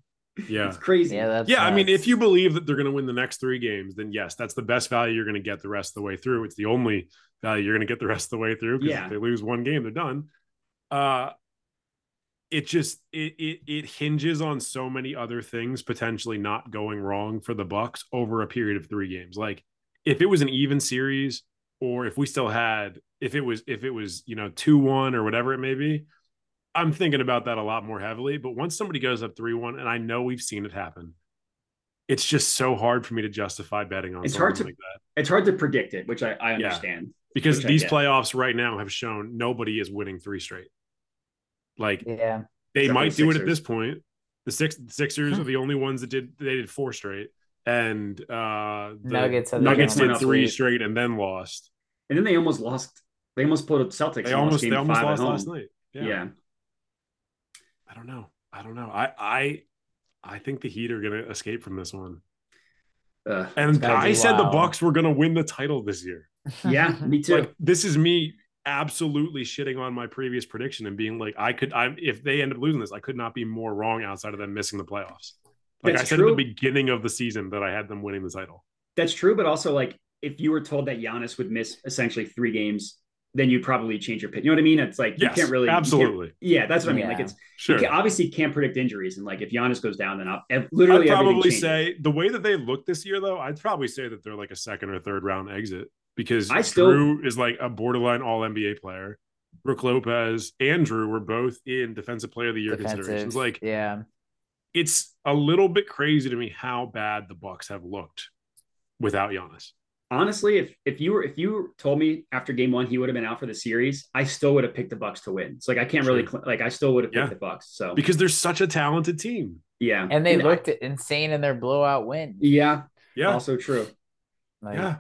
[SPEAKER 2] Yeah.
[SPEAKER 3] It's crazy.
[SPEAKER 4] Yeah, that's
[SPEAKER 2] Yeah, I mean,
[SPEAKER 4] nuts.
[SPEAKER 2] if you believe that they're going to win the next three games, then yes, that's the best value you're going to get the rest of the way through. It's the only value you're going to get the rest of the way through because
[SPEAKER 3] Yeah.
[SPEAKER 2] if they lose one game, they're done. Uh, it just it, it it hinges on so many other things potentially not going wrong for the Bucks over a period of three games. Like if it was an even series, or if we still had if it was if it was you know two one or whatever it may be. I'm thinking about that a lot more heavily, but once somebody goes up 3 1, and I know we've seen it happen, it's just so hard for me to justify betting on
[SPEAKER 3] It's
[SPEAKER 2] something
[SPEAKER 3] hard to-
[SPEAKER 2] like that
[SPEAKER 3] It's hard to predict it, which I, I
[SPEAKER 2] Yeah.
[SPEAKER 3] understand.
[SPEAKER 2] because
[SPEAKER 3] which I
[SPEAKER 2] these
[SPEAKER 3] get.
[SPEAKER 2] playoffs right now have shown nobody is winning three straight. Like
[SPEAKER 4] yeah,
[SPEAKER 2] they
[SPEAKER 3] Except for
[SPEAKER 2] might
[SPEAKER 3] the
[SPEAKER 2] do it at
[SPEAKER 3] Sixers.
[SPEAKER 2] this point. The six Sixers
[SPEAKER 4] Hmm.
[SPEAKER 2] are the only ones that did they did four straight, and uh, the
[SPEAKER 4] Nuggets have the
[SPEAKER 3] Nuggets
[SPEAKER 2] Nuggets did
[SPEAKER 3] went
[SPEAKER 2] three
[SPEAKER 4] up.
[SPEAKER 2] straight and then lost.
[SPEAKER 3] And then they almost lost. They almost pulled up Celtics.
[SPEAKER 2] They
[SPEAKER 3] and
[SPEAKER 2] almost
[SPEAKER 3] game
[SPEAKER 2] they almost
[SPEAKER 3] five at
[SPEAKER 2] lost
[SPEAKER 3] home.
[SPEAKER 2] last night.
[SPEAKER 3] Yeah.
[SPEAKER 2] I don't know. I don't know. I I I think the Heat are gonna escape from this one.
[SPEAKER 3] Ugh.
[SPEAKER 2] And
[SPEAKER 4] gotta be
[SPEAKER 2] I said the
[SPEAKER 4] wild.
[SPEAKER 2] Bucks were gonna win the title this year.
[SPEAKER 3] yeah, me too.
[SPEAKER 2] Like this is me absolutely shitting on my previous prediction and being like, I could I'm if they end up losing this, I could not be more wrong outside of them missing the playoffs. Like
[SPEAKER 3] That's
[SPEAKER 2] I said
[SPEAKER 3] true.
[SPEAKER 2] at the beginning of the season that I had them winning the title.
[SPEAKER 3] That's true, but also like if you were told that Giannis would miss essentially three games, then you'd probably change your pick. You know what I mean? It's like
[SPEAKER 2] Yes,
[SPEAKER 3] you can't really you can't-
[SPEAKER 2] absolutely.
[SPEAKER 3] yeah, that's what I mean. Like
[SPEAKER 4] Yeah.
[SPEAKER 3] it's
[SPEAKER 2] Sure.
[SPEAKER 3] you can, obviously can't predict injuries, and like if Giannis goes down, then I'll, ev- literally
[SPEAKER 2] I'd
[SPEAKER 3] everything
[SPEAKER 2] probably
[SPEAKER 3] changes.
[SPEAKER 2] say the way that they look this year, though, I'd probably say that they're like a second or third round exit because
[SPEAKER 3] I still-
[SPEAKER 2] Drew is like a borderline All NBA player. Brooke Lopez and Drew were both in Defensive Player of the Year considerations.
[SPEAKER 4] defensive.
[SPEAKER 2] Like
[SPEAKER 4] yeah,
[SPEAKER 2] it's a little bit crazy to me how bad the Bucks have looked without Giannis.
[SPEAKER 3] honestly, if if you were if you told me after game one he would have been out for the series, I still would have picked the Bucks to win. It's like I can't really
[SPEAKER 2] Sure.
[SPEAKER 3] cl- like I still would have picked
[SPEAKER 2] Yeah.
[SPEAKER 3] the Bucks. So
[SPEAKER 2] because they're such a talented team.
[SPEAKER 3] yeah,
[SPEAKER 4] and they
[SPEAKER 3] I-
[SPEAKER 4] looked insane in their blowout win.
[SPEAKER 3] yeah,
[SPEAKER 2] Yeah,
[SPEAKER 3] also true.
[SPEAKER 4] Like,
[SPEAKER 2] yeah.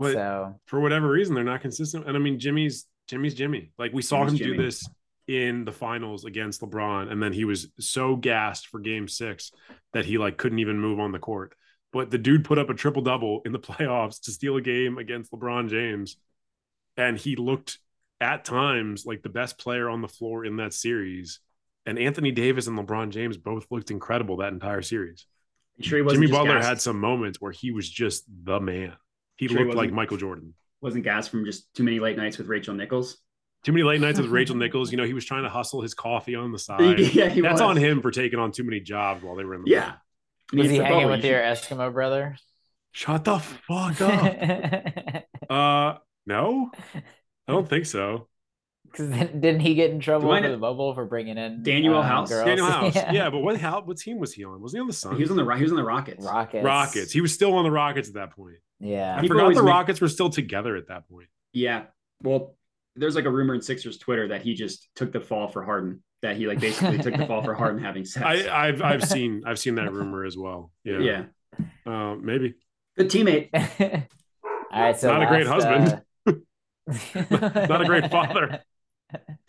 [SPEAKER 2] But
[SPEAKER 4] so
[SPEAKER 2] for whatever reason, they're not consistent. And I mean, Jimmy's Jimmy's Jimmy. Like we saw
[SPEAKER 3] Jimmy's
[SPEAKER 2] him do
[SPEAKER 3] Jimmy.
[SPEAKER 2] this in the finals against LeBron, and then he was so gassed for Game Six that he like couldn't even move on the court. But the dude put up a triple double in the playoffs to steal a game against LeBron James. And he looked at times like the best player on the floor in that series. And Anthony Davis and LeBron James both looked incredible that entire series.
[SPEAKER 3] I'm sure he wasn't
[SPEAKER 2] Jimmy
[SPEAKER 3] just
[SPEAKER 2] Butler
[SPEAKER 3] gassed.
[SPEAKER 2] had some moments where he was just the man. He
[SPEAKER 3] Sure he
[SPEAKER 2] looked like
[SPEAKER 3] wasn't.
[SPEAKER 2] Michael Jordan.
[SPEAKER 3] wasn't gas from just too many late nights with Rachel Nichols.
[SPEAKER 2] Too many late nights with Rachel Nichols. You know, he was trying to hustle his coffee on the side.
[SPEAKER 3] yeah, he
[SPEAKER 2] That's
[SPEAKER 3] was.
[SPEAKER 2] on him for taking on too many jobs while they were in the
[SPEAKER 3] Yeah. I mean,
[SPEAKER 4] Was
[SPEAKER 3] it's
[SPEAKER 4] he
[SPEAKER 3] the
[SPEAKER 4] hanging
[SPEAKER 2] "Oh,
[SPEAKER 3] bubble.
[SPEAKER 4] with your Eskimo brother?
[SPEAKER 2] Shut the fuck up. uh, no, I don't think so.
[SPEAKER 4] Because didn't he get in trouble
[SPEAKER 3] Do I
[SPEAKER 4] for
[SPEAKER 3] know-
[SPEAKER 4] the bubble for bringing in
[SPEAKER 3] Daniel
[SPEAKER 4] um,
[SPEAKER 3] House?
[SPEAKER 4] girls?
[SPEAKER 2] Daniel House. Yeah. but what how, what team was he on? Was he on the Suns?
[SPEAKER 3] He was on the Ro- he was on the Rockets.
[SPEAKER 4] Rockets.
[SPEAKER 2] Rockets. He was still on the Rockets at that point.
[SPEAKER 4] Yeah.
[SPEAKER 2] I
[SPEAKER 3] People
[SPEAKER 2] forgot
[SPEAKER 3] always
[SPEAKER 2] the
[SPEAKER 3] make-
[SPEAKER 2] Rockets were still together at that point.
[SPEAKER 3] Yeah. Well, there's like a rumor in Sixers Twitter that he just took the fall for Harden. That he like basically took the fall for Harden having sex.
[SPEAKER 2] I, I've I've seen I've seen that rumor as well.
[SPEAKER 3] yeah.
[SPEAKER 2] Yeah, Uh, maybe
[SPEAKER 3] Good teammate.
[SPEAKER 4] All right. So
[SPEAKER 2] Not a great
[SPEAKER 4] last,
[SPEAKER 2] husband.
[SPEAKER 4] uh,
[SPEAKER 2] Not a great father.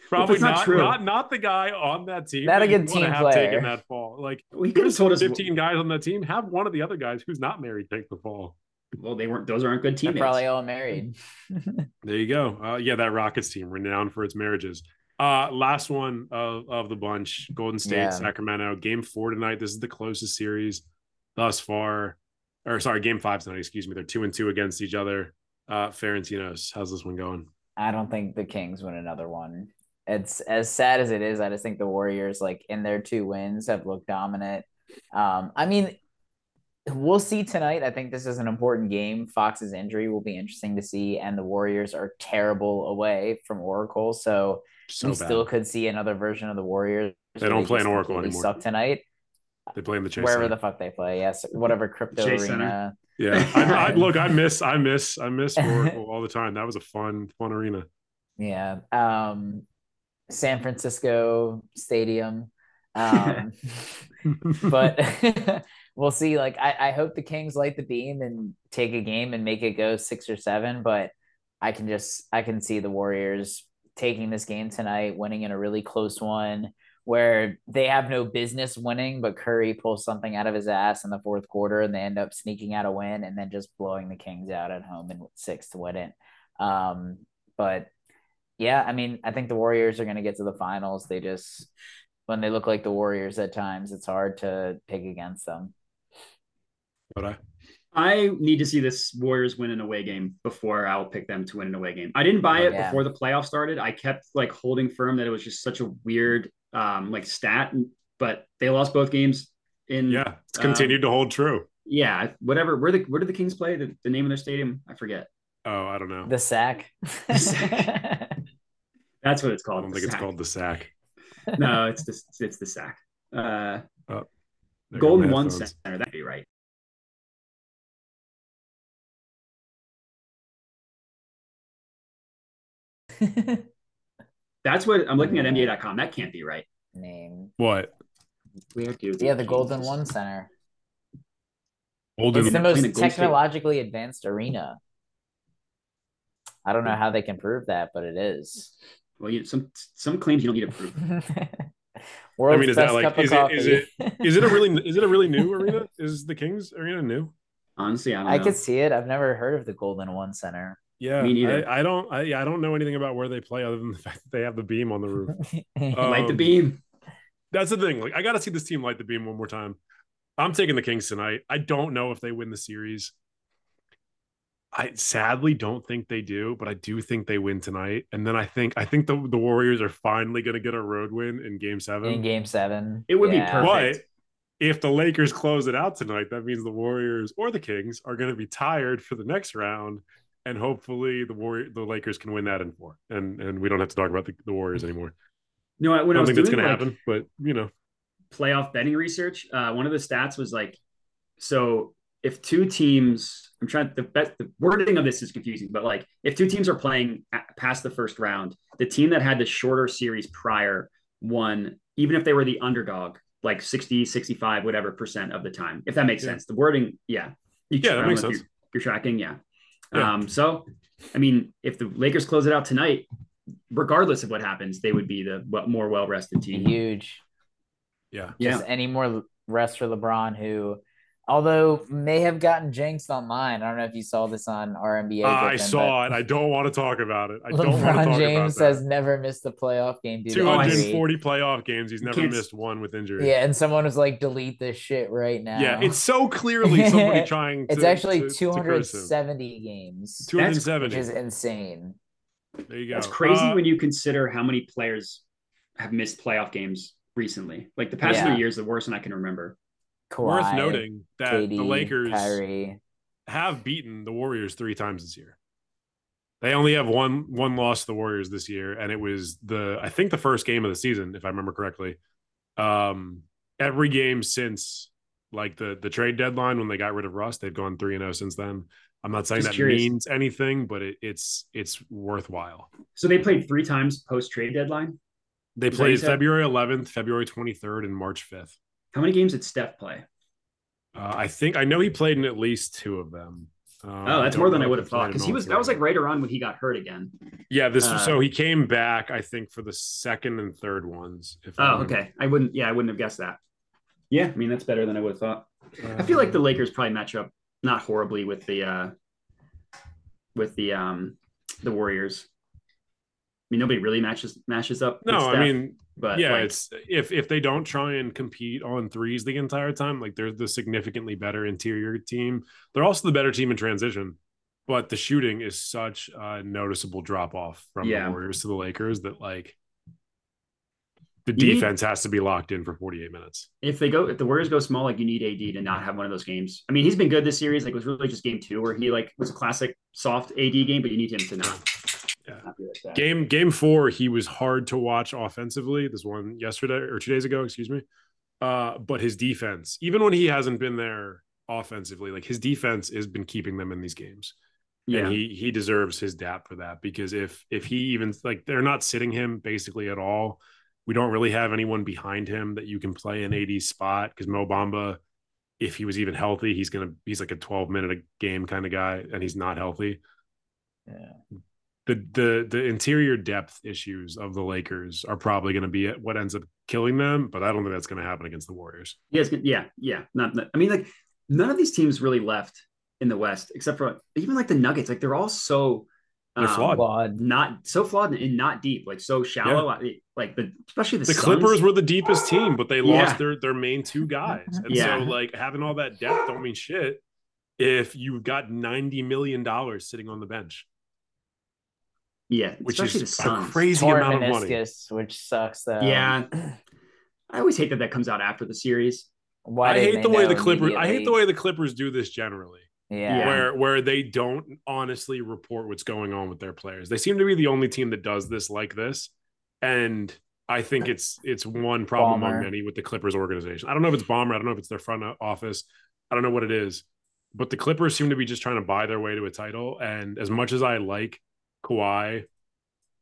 [SPEAKER 2] probably
[SPEAKER 3] not
[SPEAKER 2] not, not,
[SPEAKER 3] true.
[SPEAKER 2] not the guy on that team.
[SPEAKER 4] Not a
[SPEAKER 2] that you
[SPEAKER 4] good
[SPEAKER 2] wanna
[SPEAKER 4] team
[SPEAKER 2] have
[SPEAKER 4] player.
[SPEAKER 2] Taken that fall. Like
[SPEAKER 3] Well, he could have told us.
[SPEAKER 2] fifteen guys on that team. Have one of the other guys who's not married take the fall.
[SPEAKER 3] Well, they weren't. Those aren't good
[SPEAKER 4] They're
[SPEAKER 3] teammates.
[SPEAKER 4] probably all married.
[SPEAKER 2] There you go. Uh, yeah, that Rockets team, renowned for its marriages. Uh, last one of, of the bunch Golden State,
[SPEAKER 4] Yeah.
[SPEAKER 2] Sacramento, game four tonight. This is the closest series thus far. Or, sorry, game five tonight. Excuse me. They're two and two against each other. Uh, Ferentinos, how's this one going?
[SPEAKER 4] I don't think the Kings win another one. It's as sad as it is. I just think the Warriors, like in their two wins, have looked dominant. Um, I mean, we'll see tonight. I think this is an important game. Fox's injury will be interesting to see, and the Warriors are terrible away from Oracle, so,
[SPEAKER 2] So
[SPEAKER 4] we
[SPEAKER 2] bad.
[SPEAKER 4] still could see another version of the Warriors.
[SPEAKER 2] They don't
[SPEAKER 4] where
[SPEAKER 2] play
[SPEAKER 4] just
[SPEAKER 2] in Oracle
[SPEAKER 4] completely
[SPEAKER 2] anymore.
[SPEAKER 4] Suck tonight,
[SPEAKER 2] they play in the chase.
[SPEAKER 4] wherever
[SPEAKER 2] Center.
[SPEAKER 4] the fuck they play. Yes, whatever crypto
[SPEAKER 3] Chase Center.
[SPEAKER 4] arena.
[SPEAKER 2] yeah. I, I, look, I miss, I miss, I miss Oracle all the time. That was a fun, fun arena.
[SPEAKER 4] Yeah. Um, San Francisco Stadium. Um, but we'll see. Like, I, I hope the Kings light the beam and take a game and make it go six or seven. But I can just, I can see the Warriors taking this game tonight, winning in a really close one where they have no business winning, but Curry pulls something out of his ass in the fourth quarter and they end up sneaking out a win and then just blowing the Kings out at home in six to win it. Um, but yeah, I mean, I think the Warriors are going to get to the finals. They just, when they look like the Warriors at times, it's hard to pick against them.
[SPEAKER 2] But I,
[SPEAKER 3] I need to see this Warriors win an away game before I'll pick them to win an away game. I didn't buy it
[SPEAKER 4] Oh, Yeah.
[SPEAKER 3] before the playoff started. I kept like holding firm that it was just such a weird um like stat, but they lost both games in
[SPEAKER 2] yeah, it's continued to hold true.
[SPEAKER 3] yeah, whatever. Where the where do the Kings play? The, the name of their stadium? I forget.
[SPEAKER 2] Oh, I don't know.
[SPEAKER 4] The sack.
[SPEAKER 3] sack. That's what it's
[SPEAKER 2] I
[SPEAKER 3] called.
[SPEAKER 2] don't
[SPEAKER 3] the
[SPEAKER 2] think it's
[SPEAKER 3] sack.
[SPEAKER 2] called the sack.
[SPEAKER 3] No, it's the it's the sack. Uh,
[SPEAKER 2] There go my
[SPEAKER 3] Golden One
[SPEAKER 2] headphones.
[SPEAKER 3] Center. That'd be right. That's what I'm looking at NBA.com. That can't be right.
[SPEAKER 4] Name.
[SPEAKER 2] What?
[SPEAKER 3] Where do
[SPEAKER 4] Yeah, the Golden
[SPEAKER 3] Kings-
[SPEAKER 4] One Center.
[SPEAKER 2] Golden
[SPEAKER 4] It's the
[SPEAKER 3] Golden
[SPEAKER 4] most
[SPEAKER 3] State.
[SPEAKER 4] technologically advanced arena. I don't know how they can prove that, but it is.
[SPEAKER 3] Well, you, some some claims you don't need to prove.
[SPEAKER 4] World's
[SPEAKER 2] is that
[SPEAKER 4] best
[SPEAKER 2] like-
[SPEAKER 4] cup of
[SPEAKER 2] is it-
[SPEAKER 4] coffee.
[SPEAKER 2] is Is it a really is it a really new arena? Is the Kings arena new?
[SPEAKER 3] Honestly, I don't
[SPEAKER 4] I
[SPEAKER 3] know.
[SPEAKER 4] could see it. I've never heard of the Golden One Center.
[SPEAKER 2] Yeah,
[SPEAKER 3] Me neither.
[SPEAKER 2] I, I don't. I, yeah, I don't know anything about where they play other than the fact that they have the beam on the roof. Uh,
[SPEAKER 3] Light the
[SPEAKER 2] um,
[SPEAKER 3] beam.
[SPEAKER 2] That's the thing. Like, I got to see this team light the beam one more time. I'm taking the Kings tonight. I don't know if they win the series. I sadly don't think they do, but I do think they win tonight. And then I think I think the, the Warriors are finally going to get a road win in Game Seven.
[SPEAKER 4] in Game Seven,
[SPEAKER 3] It would be
[SPEAKER 4] Yeah.
[SPEAKER 3] perfect.
[SPEAKER 2] But if the Lakers close it out tonight, that means the Warriors or the Kings are going to be tired for the next round, and hopefully the Warrior, the Lakers can win that in four, and and we don't have to talk about the, the Warriors anymore.
[SPEAKER 3] No, I- when
[SPEAKER 2] I
[SPEAKER 3] I
[SPEAKER 2] don't
[SPEAKER 3] was
[SPEAKER 2] think that's
[SPEAKER 3] doing
[SPEAKER 2] going to
[SPEAKER 3] like,
[SPEAKER 2] happen, but you know,
[SPEAKER 3] playoff betting research, uh, one of the stats was like, so if two teams, I'm trying the best the wording of this is confusing, but like if two teams are playing a- past the first round, the team that had the shorter series prior won, even if they were the underdog, like 60, 65, whatever percent of the time, if that makes
[SPEAKER 2] Yeah.
[SPEAKER 3] sense. The wording, yeah, you,
[SPEAKER 2] Yeah, that
[SPEAKER 3] I don't
[SPEAKER 2] makes
[SPEAKER 3] know if
[SPEAKER 2] sense.
[SPEAKER 3] You're, you're tracking, yeah.
[SPEAKER 2] Yeah.
[SPEAKER 3] Um, so, I mean, if the Lakers close it out tonight, regardless of what happens, they would be the w- more well rested team.
[SPEAKER 4] huge.
[SPEAKER 2] yeah,
[SPEAKER 3] Mm-hmm. Yeah.
[SPEAKER 4] Just any more rest for LeBron, who although may have gotten jinxed online. I don't know if you saw this on RMBA.
[SPEAKER 2] I saw it. I don't want to talk about it. I don't want to
[SPEAKER 4] LeBron
[SPEAKER 2] talk
[SPEAKER 4] James
[SPEAKER 2] about
[SPEAKER 4] has never missed a playoff game due
[SPEAKER 2] that.
[SPEAKER 4] to injury.
[SPEAKER 2] 240 playoff games. He's never
[SPEAKER 3] can't-
[SPEAKER 2] missed one with injury.
[SPEAKER 4] Yeah, and someone was like, "Delete this shit right now."
[SPEAKER 2] Yeah, it's so clearly somebody trying to.
[SPEAKER 4] it's actually
[SPEAKER 2] to- to curse him.
[SPEAKER 4] 270 games, which
[SPEAKER 2] 270.
[SPEAKER 4] is insane.
[SPEAKER 2] there you go.
[SPEAKER 3] That's crazy
[SPEAKER 2] Uh,
[SPEAKER 3] when you consider how many players have missed playoff games recently. Like the past
[SPEAKER 4] Yeah.
[SPEAKER 3] three years, the worst one I can remember.
[SPEAKER 4] Kawhi,
[SPEAKER 2] worth noting that
[SPEAKER 4] KD,
[SPEAKER 2] the Lakers
[SPEAKER 4] Kyrie.
[SPEAKER 2] have beaten the Warriors three times this year. They only have one one loss to the Warriors this year, and it was the I think the first game of the season, if I remember correctly. Um, every game since like the the trade deadline when they got rid of Russ, they've gone three and zero since then. I'm not saying
[SPEAKER 3] Just
[SPEAKER 2] that
[SPEAKER 3] curious.
[SPEAKER 2] means anything, but it, it's it's worthwhile.
[SPEAKER 3] So they played three times post trade deadline.
[SPEAKER 2] They
[SPEAKER 3] Is that what you
[SPEAKER 2] played
[SPEAKER 3] said?
[SPEAKER 2] February 11th, February 23rd, and March 5th.
[SPEAKER 3] How many games did Steph play?
[SPEAKER 2] Uh, I think I know he played in at least two of them. Uh,
[SPEAKER 3] Oh, that's
[SPEAKER 2] don't
[SPEAKER 3] more than
[SPEAKER 2] know
[SPEAKER 3] I
[SPEAKER 2] if
[SPEAKER 3] would have
[SPEAKER 2] played
[SPEAKER 3] thought
[SPEAKER 2] in
[SPEAKER 3] because he
[SPEAKER 2] all
[SPEAKER 3] was
[SPEAKER 2] three.
[SPEAKER 3] that was like right around when he got hurt again.
[SPEAKER 2] Yeah, this
[SPEAKER 3] Uh,
[SPEAKER 2] so he came back, I think, for the second and third ones. If I
[SPEAKER 3] Oh,
[SPEAKER 2] remember.
[SPEAKER 3] okay. I wouldn't. Yeah, I wouldn't have guessed that. Yeah, I mean that's better than I would have thought. I feel like the Lakers probably match up not horribly with the uh with the um the Warriors. I mean, nobody really matches matches up. with
[SPEAKER 2] No,
[SPEAKER 3] Steph,
[SPEAKER 2] I mean,
[SPEAKER 3] but
[SPEAKER 2] yeah,
[SPEAKER 3] like,
[SPEAKER 2] it's if if they don't try and compete on threes the entire time, like they're the significantly better interior team. They're also the better team in transition, but the shooting is such a noticeable drop off from
[SPEAKER 3] Yeah.
[SPEAKER 2] the Warriors to the Lakers that like the
[SPEAKER 3] You need-
[SPEAKER 2] defense has to be locked in for 48 minutes.
[SPEAKER 3] if they go if the Warriors go small, like you need AD to not have one of those games. I mean, he's been good this series. Like it was really just game two where he like was a classic soft AD game, but you need him to not.
[SPEAKER 2] Yeah.
[SPEAKER 3] not be like that.
[SPEAKER 2] Game game four, he was hard to watch offensively. This one yesterday or two days ago, excuse me. Uh, but his defense, even when he hasn't been there offensively, like his defense has been keeping them in these games.
[SPEAKER 3] yeah,
[SPEAKER 2] And he he deserves his dap for that because if if he even like they're not sitting him basically at all. We don't really have anyone behind him that you can play in AD spot because Mo Bamba, if he was even healthy, he's gonna he's like a 12 minute a game kind of guy, and he's not healthy
[SPEAKER 4] Yeah.
[SPEAKER 2] the the the interior depth issues of the Lakers are probably going to be what ends up killing them, but I don't think that's going to happen against the Warriors.
[SPEAKER 3] yeah, it's good- yeah, yeah. Not, not- I mean, like none of these teams really left in the West except for even like the Nuggets. Like they're all so um,
[SPEAKER 2] They're flawed.
[SPEAKER 4] Claude.
[SPEAKER 3] not so flawed and not deep, like so shallow. I- Like the especially the,
[SPEAKER 2] The
[SPEAKER 3] Suns.
[SPEAKER 2] Clippers were the deepest team, but they lost
[SPEAKER 3] Yeah.
[SPEAKER 2] their their main two guys, and
[SPEAKER 3] Yeah.
[SPEAKER 2] so like having all that depth don't mean shit if you've got ninety million dollars sitting on the bench,
[SPEAKER 3] yeah,
[SPEAKER 2] which
[SPEAKER 3] especially
[SPEAKER 2] is
[SPEAKER 3] the
[SPEAKER 2] a
[SPEAKER 3] Suns.
[SPEAKER 2] crazy
[SPEAKER 4] Torn
[SPEAKER 2] amount of money.
[SPEAKER 4] meniscus, which sucks though.
[SPEAKER 3] Yeah. I always hate that that comes out after the series.
[SPEAKER 4] Why
[SPEAKER 2] I
[SPEAKER 4] didn't
[SPEAKER 2] hate
[SPEAKER 4] they
[SPEAKER 2] the way
[SPEAKER 4] know
[SPEAKER 2] the Clippers. I hate the
[SPEAKER 4] immediately?
[SPEAKER 2] way the Clippers do this generally.
[SPEAKER 4] Yeah.
[SPEAKER 3] Yeah.
[SPEAKER 2] where where they don't honestly report what's going on with their players. They seem to be the only team that does this like this, and I think it's it's one problem
[SPEAKER 4] Ballmer.
[SPEAKER 2] among many with the Clippers organization. I don't know if it's Bomber. I don't know if it's their front office. I don't know what it is, but the Clippers seem to be just trying to buy their way to a title. And as much as I like Kawhi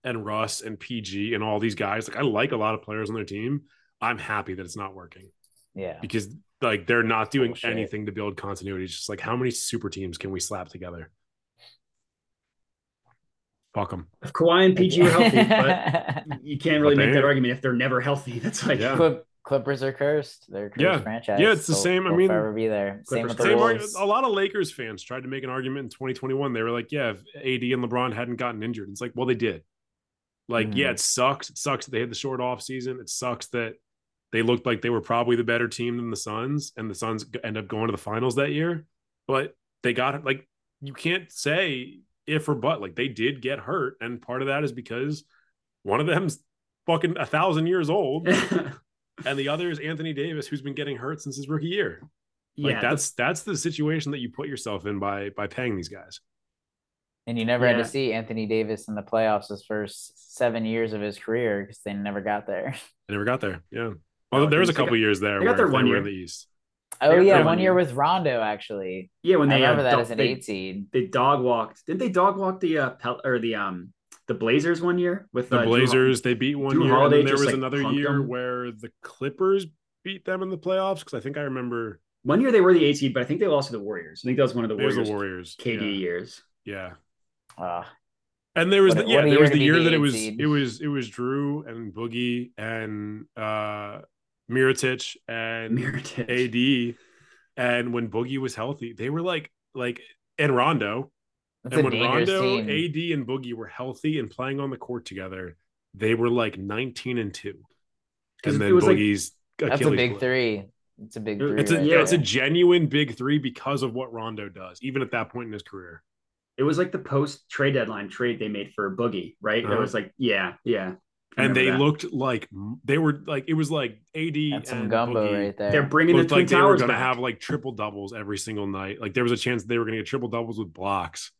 [SPEAKER 2] and Russ and PG and all these guys, like I like a lot of players on their team. I'm happy that it's not working
[SPEAKER 4] Yeah.
[SPEAKER 2] because like they're not doing
[SPEAKER 4] Bullshit.
[SPEAKER 2] anything to build continuity. It's just like how many super teams can we slap together? Fuck them.
[SPEAKER 3] If Kawhi and PG were healthy, but you can't really
[SPEAKER 2] But
[SPEAKER 3] make
[SPEAKER 2] they
[SPEAKER 3] that
[SPEAKER 2] ain't.
[SPEAKER 3] argument if they're never healthy. That's like
[SPEAKER 2] Yeah.
[SPEAKER 4] Clip, Clippers are cursed. They're a cursed
[SPEAKER 2] Yeah.
[SPEAKER 4] franchise.
[SPEAKER 2] Yeah, it's the same. I
[SPEAKER 4] they'll
[SPEAKER 2] mean,
[SPEAKER 4] forever be there. Same
[SPEAKER 3] Clippers
[SPEAKER 4] with the
[SPEAKER 2] Same argu-
[SPEAKER 4] Wolves.
[SPEAKER 2] a lot of Lakers fans tried to make an argument in 2021. They were like, "Yeah, if AD and LeBron hadn't gotten injured, it's like, well, they did. Like, yeah,
[SPEAKER 4] Mhm.
[SPEAKER 2] it sucks. It sucks that they had the short off season. It sucks that they looked like they were probably the better team than the Suns, and the Suns g- end up going to the finals that year. But they got like, you can't say if or but. Like, they did get hurt, and part of that is because one of them's fucking a thousand years old,
[SPEAKER 3] yeah,
[SPEAKER 2] and the other is Anthony Davis, who's been getting hurt since his rookie year. Like that's that's the situation that you put yourself in by by paying these guys.
[SPEAKER 4] and you never had
[SPEAKER 3] Yeah.
[SPEAKER 4] to see Anthony Davis in the playoffs his first seven years of his career because they never got there.
[SPEAKER 2] They never got there. Yeah.
[SPEAKER 3] Oh,
[SPEAKER 2] Well,
[SPEAKER 3] No,
[SPEAKER 2] there was a
[SPEAKER 3] they got-
[SPEAKER 2] couple years there
[SPEAKER 3] they got
[SPEAKER 2] where
[SPEAKER 3] there
[SPEAKER 2] they
[SPEAKER 3] one
[SPEAKER 2] were
[SPEAKER 3] year. Uh,
[SPEAKER 2] in the East.
[SPEAKER 4] Oh
[SPEAKER 3] Yeah,
[SPEAKER 4] yeah,
[SPEAKER 3] yeah.
[SPEAKER 4] one year with Rondo actually.
[SPEAKER 3] yeah. When
[SPEAKER 4] I
[SPEAKER 3] they
[SPEAKER 4] remember
[SPEAKER 3] uh,
[SPEAKER 4] that
[SPEAKER 3] dog-
[SPEAKER 4] as an
[SPEAKER 3] they,
[SPEAKER 4] eight seed.
[SPEAKER 3] they dog walked. Didn't they dog walk the uh, Pel- or the um the Blazers one year with
[SPEAKER 2] The
[SPEAKER 3] uh, Drew Hol-
[SPEAKER 2] Blazers they beat one
[SPEAKER 3] Drew
[SPEAKER 2] year.
[SPEAKER 3] Holiday
[SPEAKER 2] and then there
[SPEAKER 3] just, like,
[SPEAKER 2] was another
[SPEAKER 3] punked
[SPEAKER 2] year
[SPEAKER 3] them.
[SPEAKER 2] where the Clippers beat them in the playoffs because I think I remember
[SPEAKER 3] One year they were the eight seed, but I think they lost to the Warriors. I think that was one of the
[SPEAKER 2] it was
[SPEAKER 3] Warriors,
[SPEAKER 2] the Warriors.
[SPEAKER 3] KD
[SPEAKER 2] Yeah.
[SPEAKER 3] years.
[SPEAKER 2] Yeah.
[SPEAKER 4] Ah,
[SPEAKER 2] And there was
[SPEAKER 4] What a-
[SPEAKER 2] the, yeah,
[SPEAKER 4] what a
[SPEAKER 2] there was
[SPEAKER 4] year to
[SPEAKER 2] the
[SPEAKER 4] be
[SPEAKER 2] year
[SPEAKER 4] the
[SPEAKER 2] that it
[SPEAKER 4] eight
[SPEAKER 2] was
[SPEAKER 4] seed.
[SPEAKER 2] it was it was Drew and Boogie and uh Mirotic and
[SPEAKER 3] Meritage.
[SPEAKER 2] AD And when Boogie was healthy, they were like like and Rondo.
[SPEAKER 4] That's
[SPEAKER 2] and
[SPEAKER 4] a
[SPEAKER 2] when
[SPEAKER 4] dangerous
[SPEAKER 2] Rondo,
[SPEAKER 4] team.
[SPEAKER 2] AD, and Boogie were healthy and playing on the court together, they were like 19 and two.
[SPEAKER 3] 'Cause
[SPEAKER 2] And
[SPEAKER 3] it
[SPEAKER 2] then
[SPEAKER 3] was like-
[SPEAKER 2] Boogie's
[SPEAKER 4] That's a
[SPEAKER 2] Achilles
[SPEAKER 4] big
[SPEAKER 2] blade.
[SPEAKER 4] three. It's a big
[SPEAKER 3] It's
[SPEAKER 4] three.
[SPEAKER 2] It's a
[SPEAKER 4] right
[SPEAKER 2] yeah, it's a
[SPEAKER 4] there.
[SPEAKER 2] genuine big three because of what Rondo does, even at that point in his career.
[SPEAKER 3] It was like the post trade deadline trade they made for Boogie, right? It
[SPEAKER 2] Uh-huh.
[SPEAKER 3] was like, yeah, yeah. I
[SPEAKER 2] And
[SPEAKER 3] remember
[SPEAKER 2] they
[SPEAKER 3] that.
[SPEAKER 2] looked like they were like it was like AD
[SPEAKER 4] That's some
[SPEAKER 2] and
[SPEAKER 4] gumbo
[SPEAKER 2] Boogie
[SPEAKER 4] right there.
[SPEAKER 3] They're bringing the
[SPEAKER 2] looked
[SPEAKER 3] Twin
[SPEAKER 2] like they were
[SPEAKER 3] Towers
[SPEAKER 2] going to
[SPEAKER 3] back.
[SPEAKER 2] have like triple doubles every single night. Like there was a chance they were going to get triple doubles with blocks,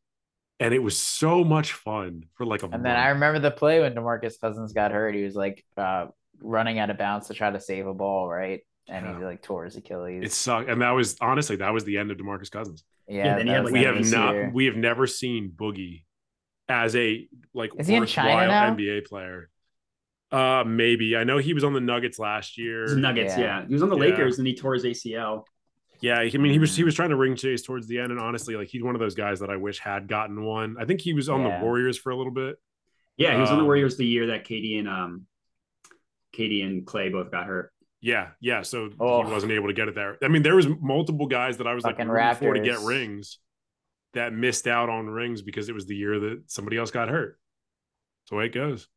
[SPEAKER 2] and it was so much fun for like a.
[SPEAKER 4] and then I remember the play when Demarcus Cousins got hurt. He was like uh, running out of bounds to try to save a ball, right? And he
[SPEAKER 2] Yeah.
[SPEAKER 4] like tore his Achilles.
[SPEAKER 2] it sucked, and that was honestly that was the end of Demarcus Cousins.
[SPEAKER 4] yeah,
[SPEAKER 3] Yeah, then he
[SPEAKER 4] that
[SPEAKER 3] had,
[SPEAKER 4] was
[SPEAKER 3] like,
[SPEAKER 2] we
[SPEAKER 4] that
[SPEAKER 2] have
[SPEAKER 4] this
[SPEAKER 2] not,
[SPEAKER 4] year.
[SPEAKER 2] we have never seen Boogie as a like
[SPEAKER 4] Is he in China
[SPEAKER 2] worthwhile
[SPEAKER 4] now?
[SPEAKER 2] NBA player. Uh, maybe I know he was on the Nuggets last year.
[SPEAKER 3] It was Nuggets,
[SPEAKER 4] Yeah.
[SPEAKER 3] yeah. He was on the
[SPEAKER 2] Yeah.
[SPEAKER 3] Lakers and he tore his ACL.
[SPEAKER 2] Yeah, I mean, he
[SPEAKER 4] Mm.
[SPEAKER 2] was he was trying to ring chase towards the end, and honestly, like he's one of those guys that I wish had gotten one. I think he was on
[SPEAKER 4] Yeah.
[SPEAKER 2] the Warriors for a little bit.
[SPEAKER 3] Yeah, he was on the
[SPEAKER 2] Um,
[SPEAKER 3] Warriors the year that Katie and um Katie and Clay both got hurt.
[SPEAKER 2] Yeah, yeah. So
[SPEAKER 4] Oh.
[SPEAKER 2] he wasn't able to get it there. I mean, there was multiple guys that I was
[SPEAKER 4] Fucking
[SPEAKER 2] like rooting for to get
[SPEAKER 4] Raptors.
[SPEAKER 2] rings that missed out on rings because it was the year that somebody else got hurt. That's the way it goes.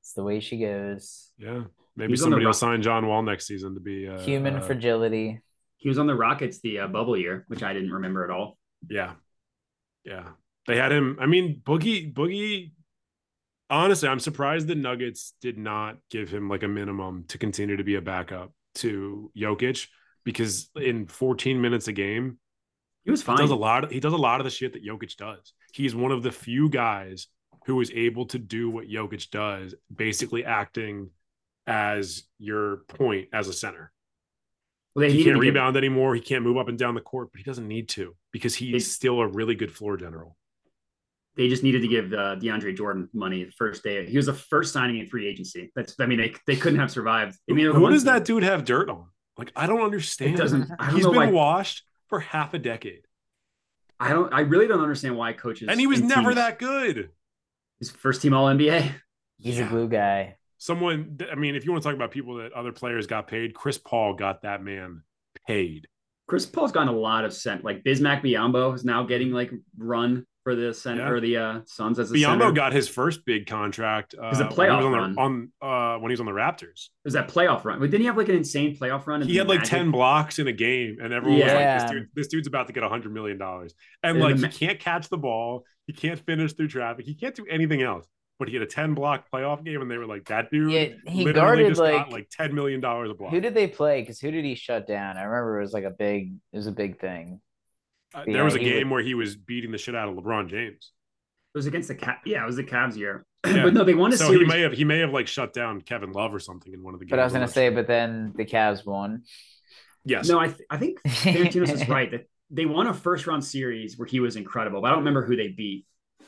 [SPEAKER 4] It's the way she goes.
[SPEAKER 2] Yeah,
[SPEAKER 3] He
[SPEAKER 2] maybe
[SPEAKER 3] was on the
[SPEAKER 2] somebody will
[SPEAKER 3] Rock-
[SPEAKER 2] sign John Wall next season to be uh,
[SPEAKER 4] Human
[SPEAKER 2] uh,
[SPEAKER 4] fragility.
[SPEAKER 3] He was on the Rockets the uh, bubble year, which I didn't remember at all.
[SPEAKER 2] Yeah. Yeah. They had him. I mean, Boogie, Boogie, honestly, I'm surprised the Nuggets did not give him like a minimum to continue to be a backup to Jokic because in 14 minutes a game,
[SPEAKER 3] He was
[SPEAKER 2] he
[SPEAKER 3] fine.
[SPEAKER 2] does a lot of, he does a lot of the shit that Jokic does. He's one of the few guys who is able to do what Jokic does, basically acting as your point as a center.
[SPEAKER 3] Well, they
[SPEAKER 2] He
[SPEAKER 3] needed
[SPEAKER 2] can't
[SPEAKER 3] to give-
[SPEAKER 2] rebound anymore. He can't move up and down the court, but he doesn't need to because he's
[SPEAKER 3] It-
[SPEAKER 2] still a really good floor general.
[SPEAKER 3] they just needed to give uh, DeAndre Jordan money the first day. He was the first signing in free agency. That's I mean they, they couldn't have survived. I mean,
[SPEAKER 2] Who
[SPEAKER 3] once-
[SPEAKER 2] does that dude have dirt on? Like, I don't understand.
[SPEAKER 3] It doesn't. I don't
[SPEAKER 2] He's
[SPEAKER 3] know
[SPEAKER 2] been
[SPEAKER 3] why.
[SPEAKER 2] washed for half a decade,
[SPEAKER 3] I don't. I really don't understand why coaches.
[SPEAKER 2] and he was never
[SPEAKER 3] teams-
[SPEAKER 2] that good.
[SPEAKER 3] His first team All NBA.
[SPEAKER 4] He's
[SPEAKER 2] Yeah.
[SPEAKER 4] a glue guy.
[SPEAKER 2] Someone, I mean, if you want to talk about people that other players got paid, Chris Paul got that man paid.
[SPEAKER 3] Chris Paul's gotten a lot of cent. Like Bismack Biombo is now getting like run for the center
[SPEAKER 2] Yeah.
[SPEAKER 3] or the uh, Suns as a center.
[SPEAKER 2] Biombo got his first big contract. Uh,
[SPEAKER 3] was a
[SPEAKER 2] when he was
[SPEAKER 3] playoff
[SPEAKER 2] on, the, on uh, when he was on the Raptors.
[SPEAKER 3] It was that playoff run. But didn't he have like an insane playoff run?
[SPEAKER 2] He had like ten blocks in a game, and everyone was
[SPEAKER 4] Yeah.
[SPEAKER 2] like, "This, dude, this dude's about to get a hundred million dollars." And
[SPEAKER 3] And
[SPEAKER 2] like,
[SPEAKER 3] the
[SPEAKER 2] he
[SPEAKER 3] ma-
[SPEAKER 2] can't catch the ball, he can't finish through traffic, he can't do anything else. But he had a ten block playoff game, and they were like, "That dude."
[SPEAKER 4] Yeah, he
[SPEAKER 2] literally
[SPEAKER 4] guarded
[SPEAKER 2] just
[SPEAKER 4] like,
[SPEAKER 2] got like ten million dollars a block.
[SPEAKER 4] who did they play? Because who did he shut down? I remember it was like a big it was a big thing.
[SPEAKER 2] Uh,
[SPEAKER 4] Yeah,
[SPEAKER 2] there was a
[SPEAKER 4] he
[SPEAKER 2] game where he was beating the shit out of LeBron James.
[SPEAKER 3] It was against the Cavs. Yeah, it was the Cavs year.
[SPEAKER 2] Yeah.
[SPEAKER 3] but no, they won a
[SPEAKER 2] So he
[SPEAKER 3] series.
[SPEAKER 2] may have he may have like shut down Kevin Love or something in one of the games.
[SPEAKER 4] But I was
[SPEAKER 2] I'm
[SPEAKER 4] gonna
[SPEAKER 2] not
[SPEAKER 4] say,
[SPEAKER 2] sure.
[SPEAKER 4] but then the Cavs won.
[SPEAKER 2] yes,
[SPEAKER 3] No, I th- I think Tarantino's is right that they won a first round series where he was incredible. But I don't remember who they beat.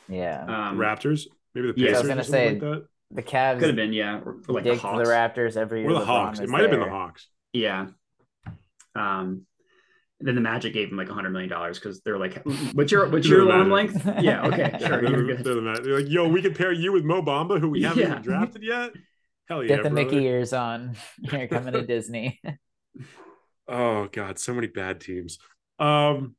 [SPEAKER 4] yeah.
[SPEAKER 2] Uh,
[SPEAKER 3] Um,
[SPEAKER 2] Raptors, maybe the Pacers.
[SPEAKER 3] Yeah, I was
[SPEAKER 2] or
[SPEAKER 4] gonna
[SPEAKER 2] something like
[SPEAKER 4] say,
[SPEAKER 2] that.
[SPEAKER 4] The Cavs
[SPEAKER 3] could have been yeah, or, or like the
[SPEAKER 4] dick to the
[SPEAKER 3] Hawks.
[SPEAKER 4] Raptors every year.
[SPEAKER 2] or the
[SPEAKER 4] LeBron
[SPEAKER 2] Hawks. It
[SPEAKER 4] was
[SPEAKER 2] might have been the
[SPEAKER 4] there.
[SPEAKER 2] Hawks.
[SPEAKER 3] Yeah. Um, then the Magic gave him like hundred million dollars because they're like, "What's your what's your
[SPEAKER 2] Doesn't
[SPEAKER 3] arm
[SPEAKER 2] matter.
[SPEAKER 3] length?" Yeah, okay,
[SPEAKER 2] Yeah,
[SPEAKER 3] sure,
[SPEAKER 2] they're-
[SPEAKER 3] you're good.
[SPEAKER 2] they're the ma- they're like, yo, we could pair you with Mo Bamba, who we haven't
[SPEAKER 3] Yeah.
[SPEAKER 2] even drafted yet. Hell yeah,
[SPEAKER 4] Get the
[SPEAKER 2] brother.
[SPEAKER 4] Mickey ears on. You're coming to Disney.
[SPEAKER 2] Oh god, so many bad teams. Um,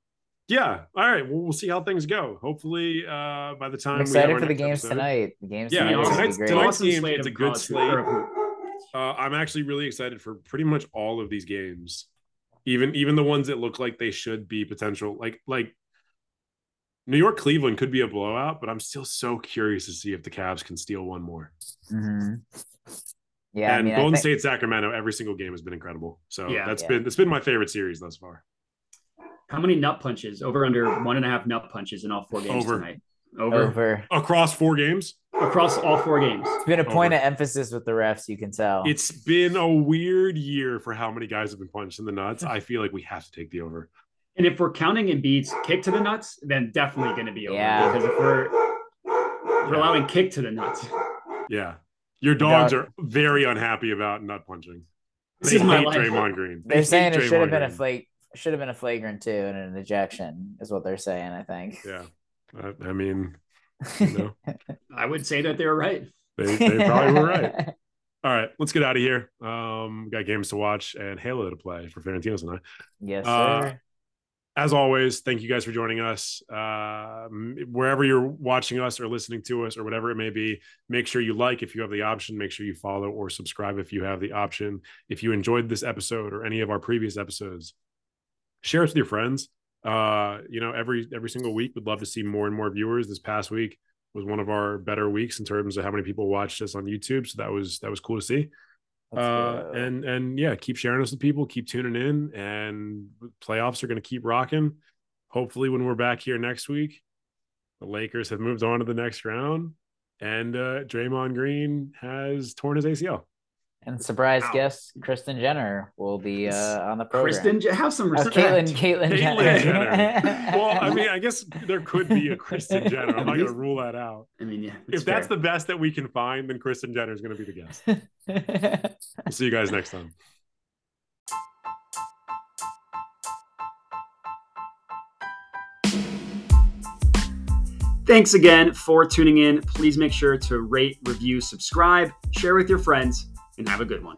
[SPEAKER 2] yeah. All right. Well, we'll see how things go. Hopefully, uh, by the time we have
[SPEAKER 4] I'm excited
[SPEAKER 2] our
[SPEAKER 4] for the
[SPEAKER 2] next
[SPEAKER 4] games
[SPEAKER 2] episode-
[SPEAKER 4] tonight. The games
[SPEAKER 2] Yeah,
[SPEAKER 4] tonight.
[SPEAKER 3] tonight's-
[SPEAKER 4] Tonight's,
[SPEAKER 2] tonight's-
[SPEAKER 3] Awesome
[SPEAKER 2] game,
[SPEAKER 3] slate
[SPEAKER 2] it's
[SPEAKER 3] of
[SPEAKER 2] a good
[SPEAKER 3] college
[SPEAKER 2] slate.
[SPEAKER 3] football.
[SPEAKER 2] Uh, I'm actually really excited for pretty much all of these games, even even the ones that look like they should be potential. Like like New York Cleveland could be a blowout, but I'm still so curious to see if the Cavs can steal one more.
[SPEAKER 4] Mm-hmm. Yeah, I
[SPEAKER 2] and
[SPEAKER 4] mean, I
[SPEAKER 2] Golden
[SPEAKER 4] think-
[SPEAKER 2] State Sacramento, every single game has been incredible. So
[SPEAKER 3] Yeah.
[SPEAKER 2] that's
[SPEAKER 4] Yeah.
[SPEAKER 2] been that's been my favorite series thus far.
[SPEAKER 3] How many nut punches? Over under one and a half nut punches in all four games
[SPEAKER 2] Over.
[SPEAKER 3] tonight. Over.
[SPEAKER 4] over.
[SPEAKER 2] Across four games,
[SPEAKER 3] across all four games.
[SPEAKER 4] It's been a point
[SPEAKER 2] Over.
[SPEAKER 4] of emphasis with the refs. You can tell.
[SPEAKER 2] it's been a weird year for how many guys have been punched in the nuts. I feel like we have to take the over.
[SPEAKER 3] And if we're counting Embiid's kick to the nuts, then definitely going to be over
[SPEAKER 4] Yeah.
[SPEAKER 3] because if we're we're allowing kick to the nuts,
[SPEAKER 2] Yeah. Your dogs
[SPEAKER 4] dog-
[SPEAKER 2] are very unhappy about nut punching.
[SPEAKER 3] This
[SPEAKER 2] They
[SPEAKER 3] is my
[SPEAKER 2] hate
[SPEAKER 3] life.
[SPEAKER 2] Draymond Green. They
[SPEAKER 4] they're
[SPEAKER 2] hate
[SPEAKER 4] saying it should
[SPEAKER 2] Draymond
[SPEAKER 4] have been a
[SPEAKER 2] Green.
[SPEAKER 4] flake. Should have been a flagrant too and an ejection is what they're saying. I think.
[SPEAKER 2] Yeah. I, I mean, you know,
[SPEAKER 3] I would say that they're right.
[SPEAKER 2] they, they probably were right. All right, let's get out of here. Um, got games to watch and Halo to play for Ferentinos and I.
[SPEAKER 4] Yes, sir.
[SPEAKER 2] Uh, as always, thank you guys for joining us. Uh, wherever you're watching us or listening to us or whatever it may be, make sure you like if you have the option. Make sure you follow or subscribe if you have the option. If you enjoyed this episode or any of our previous episodes, share it with your friends. Uh, you know, every every single week, we'd love to see more and more viewers. This past week was one of our better weeks in terms of how many people watched us on YouTube. So that was that was cool to see uh,
[SPEAKER 4] Let's go.
[SPEAKER 2] and and yeah, keep sharing us with people, keep tuning in, and playoffs are going to keep rocking. Hopefully, when we're back here next week, the Lakers have moved on to the next round, and uh, Draymond Green has torn his ACL.
[SPEAKER 4] and surprise
[SPEAKER 3] Wow.
[SPEAKER 4] guest Kristen Jenner will be uh, on the program.
[SPEAKER 3] Kristen, J- have some
[SPEAKER 4] Oh,
[SPEAKER 3] respect.
[SPEAKER 4] Caitlyn, Caitlyn
[SPEAKER 2] Caitlyn
[SPEAKER 4] Jenner.
[SPEAKER 2] Jenner. Well, I mean, I guess there could be a Kristen Jenner. I'm not going to rule that out.
[SPEAKER 3] I mean, yeah.
[SPEAKER 2] if that's the best that we can find, then Kristen Jenner is going to be the guest. We'll see you guys next time.
[SPEAKER 1] Thanks again for tuning in. Please make sure to rate, review, subscribe, share with your friends, and have a good one.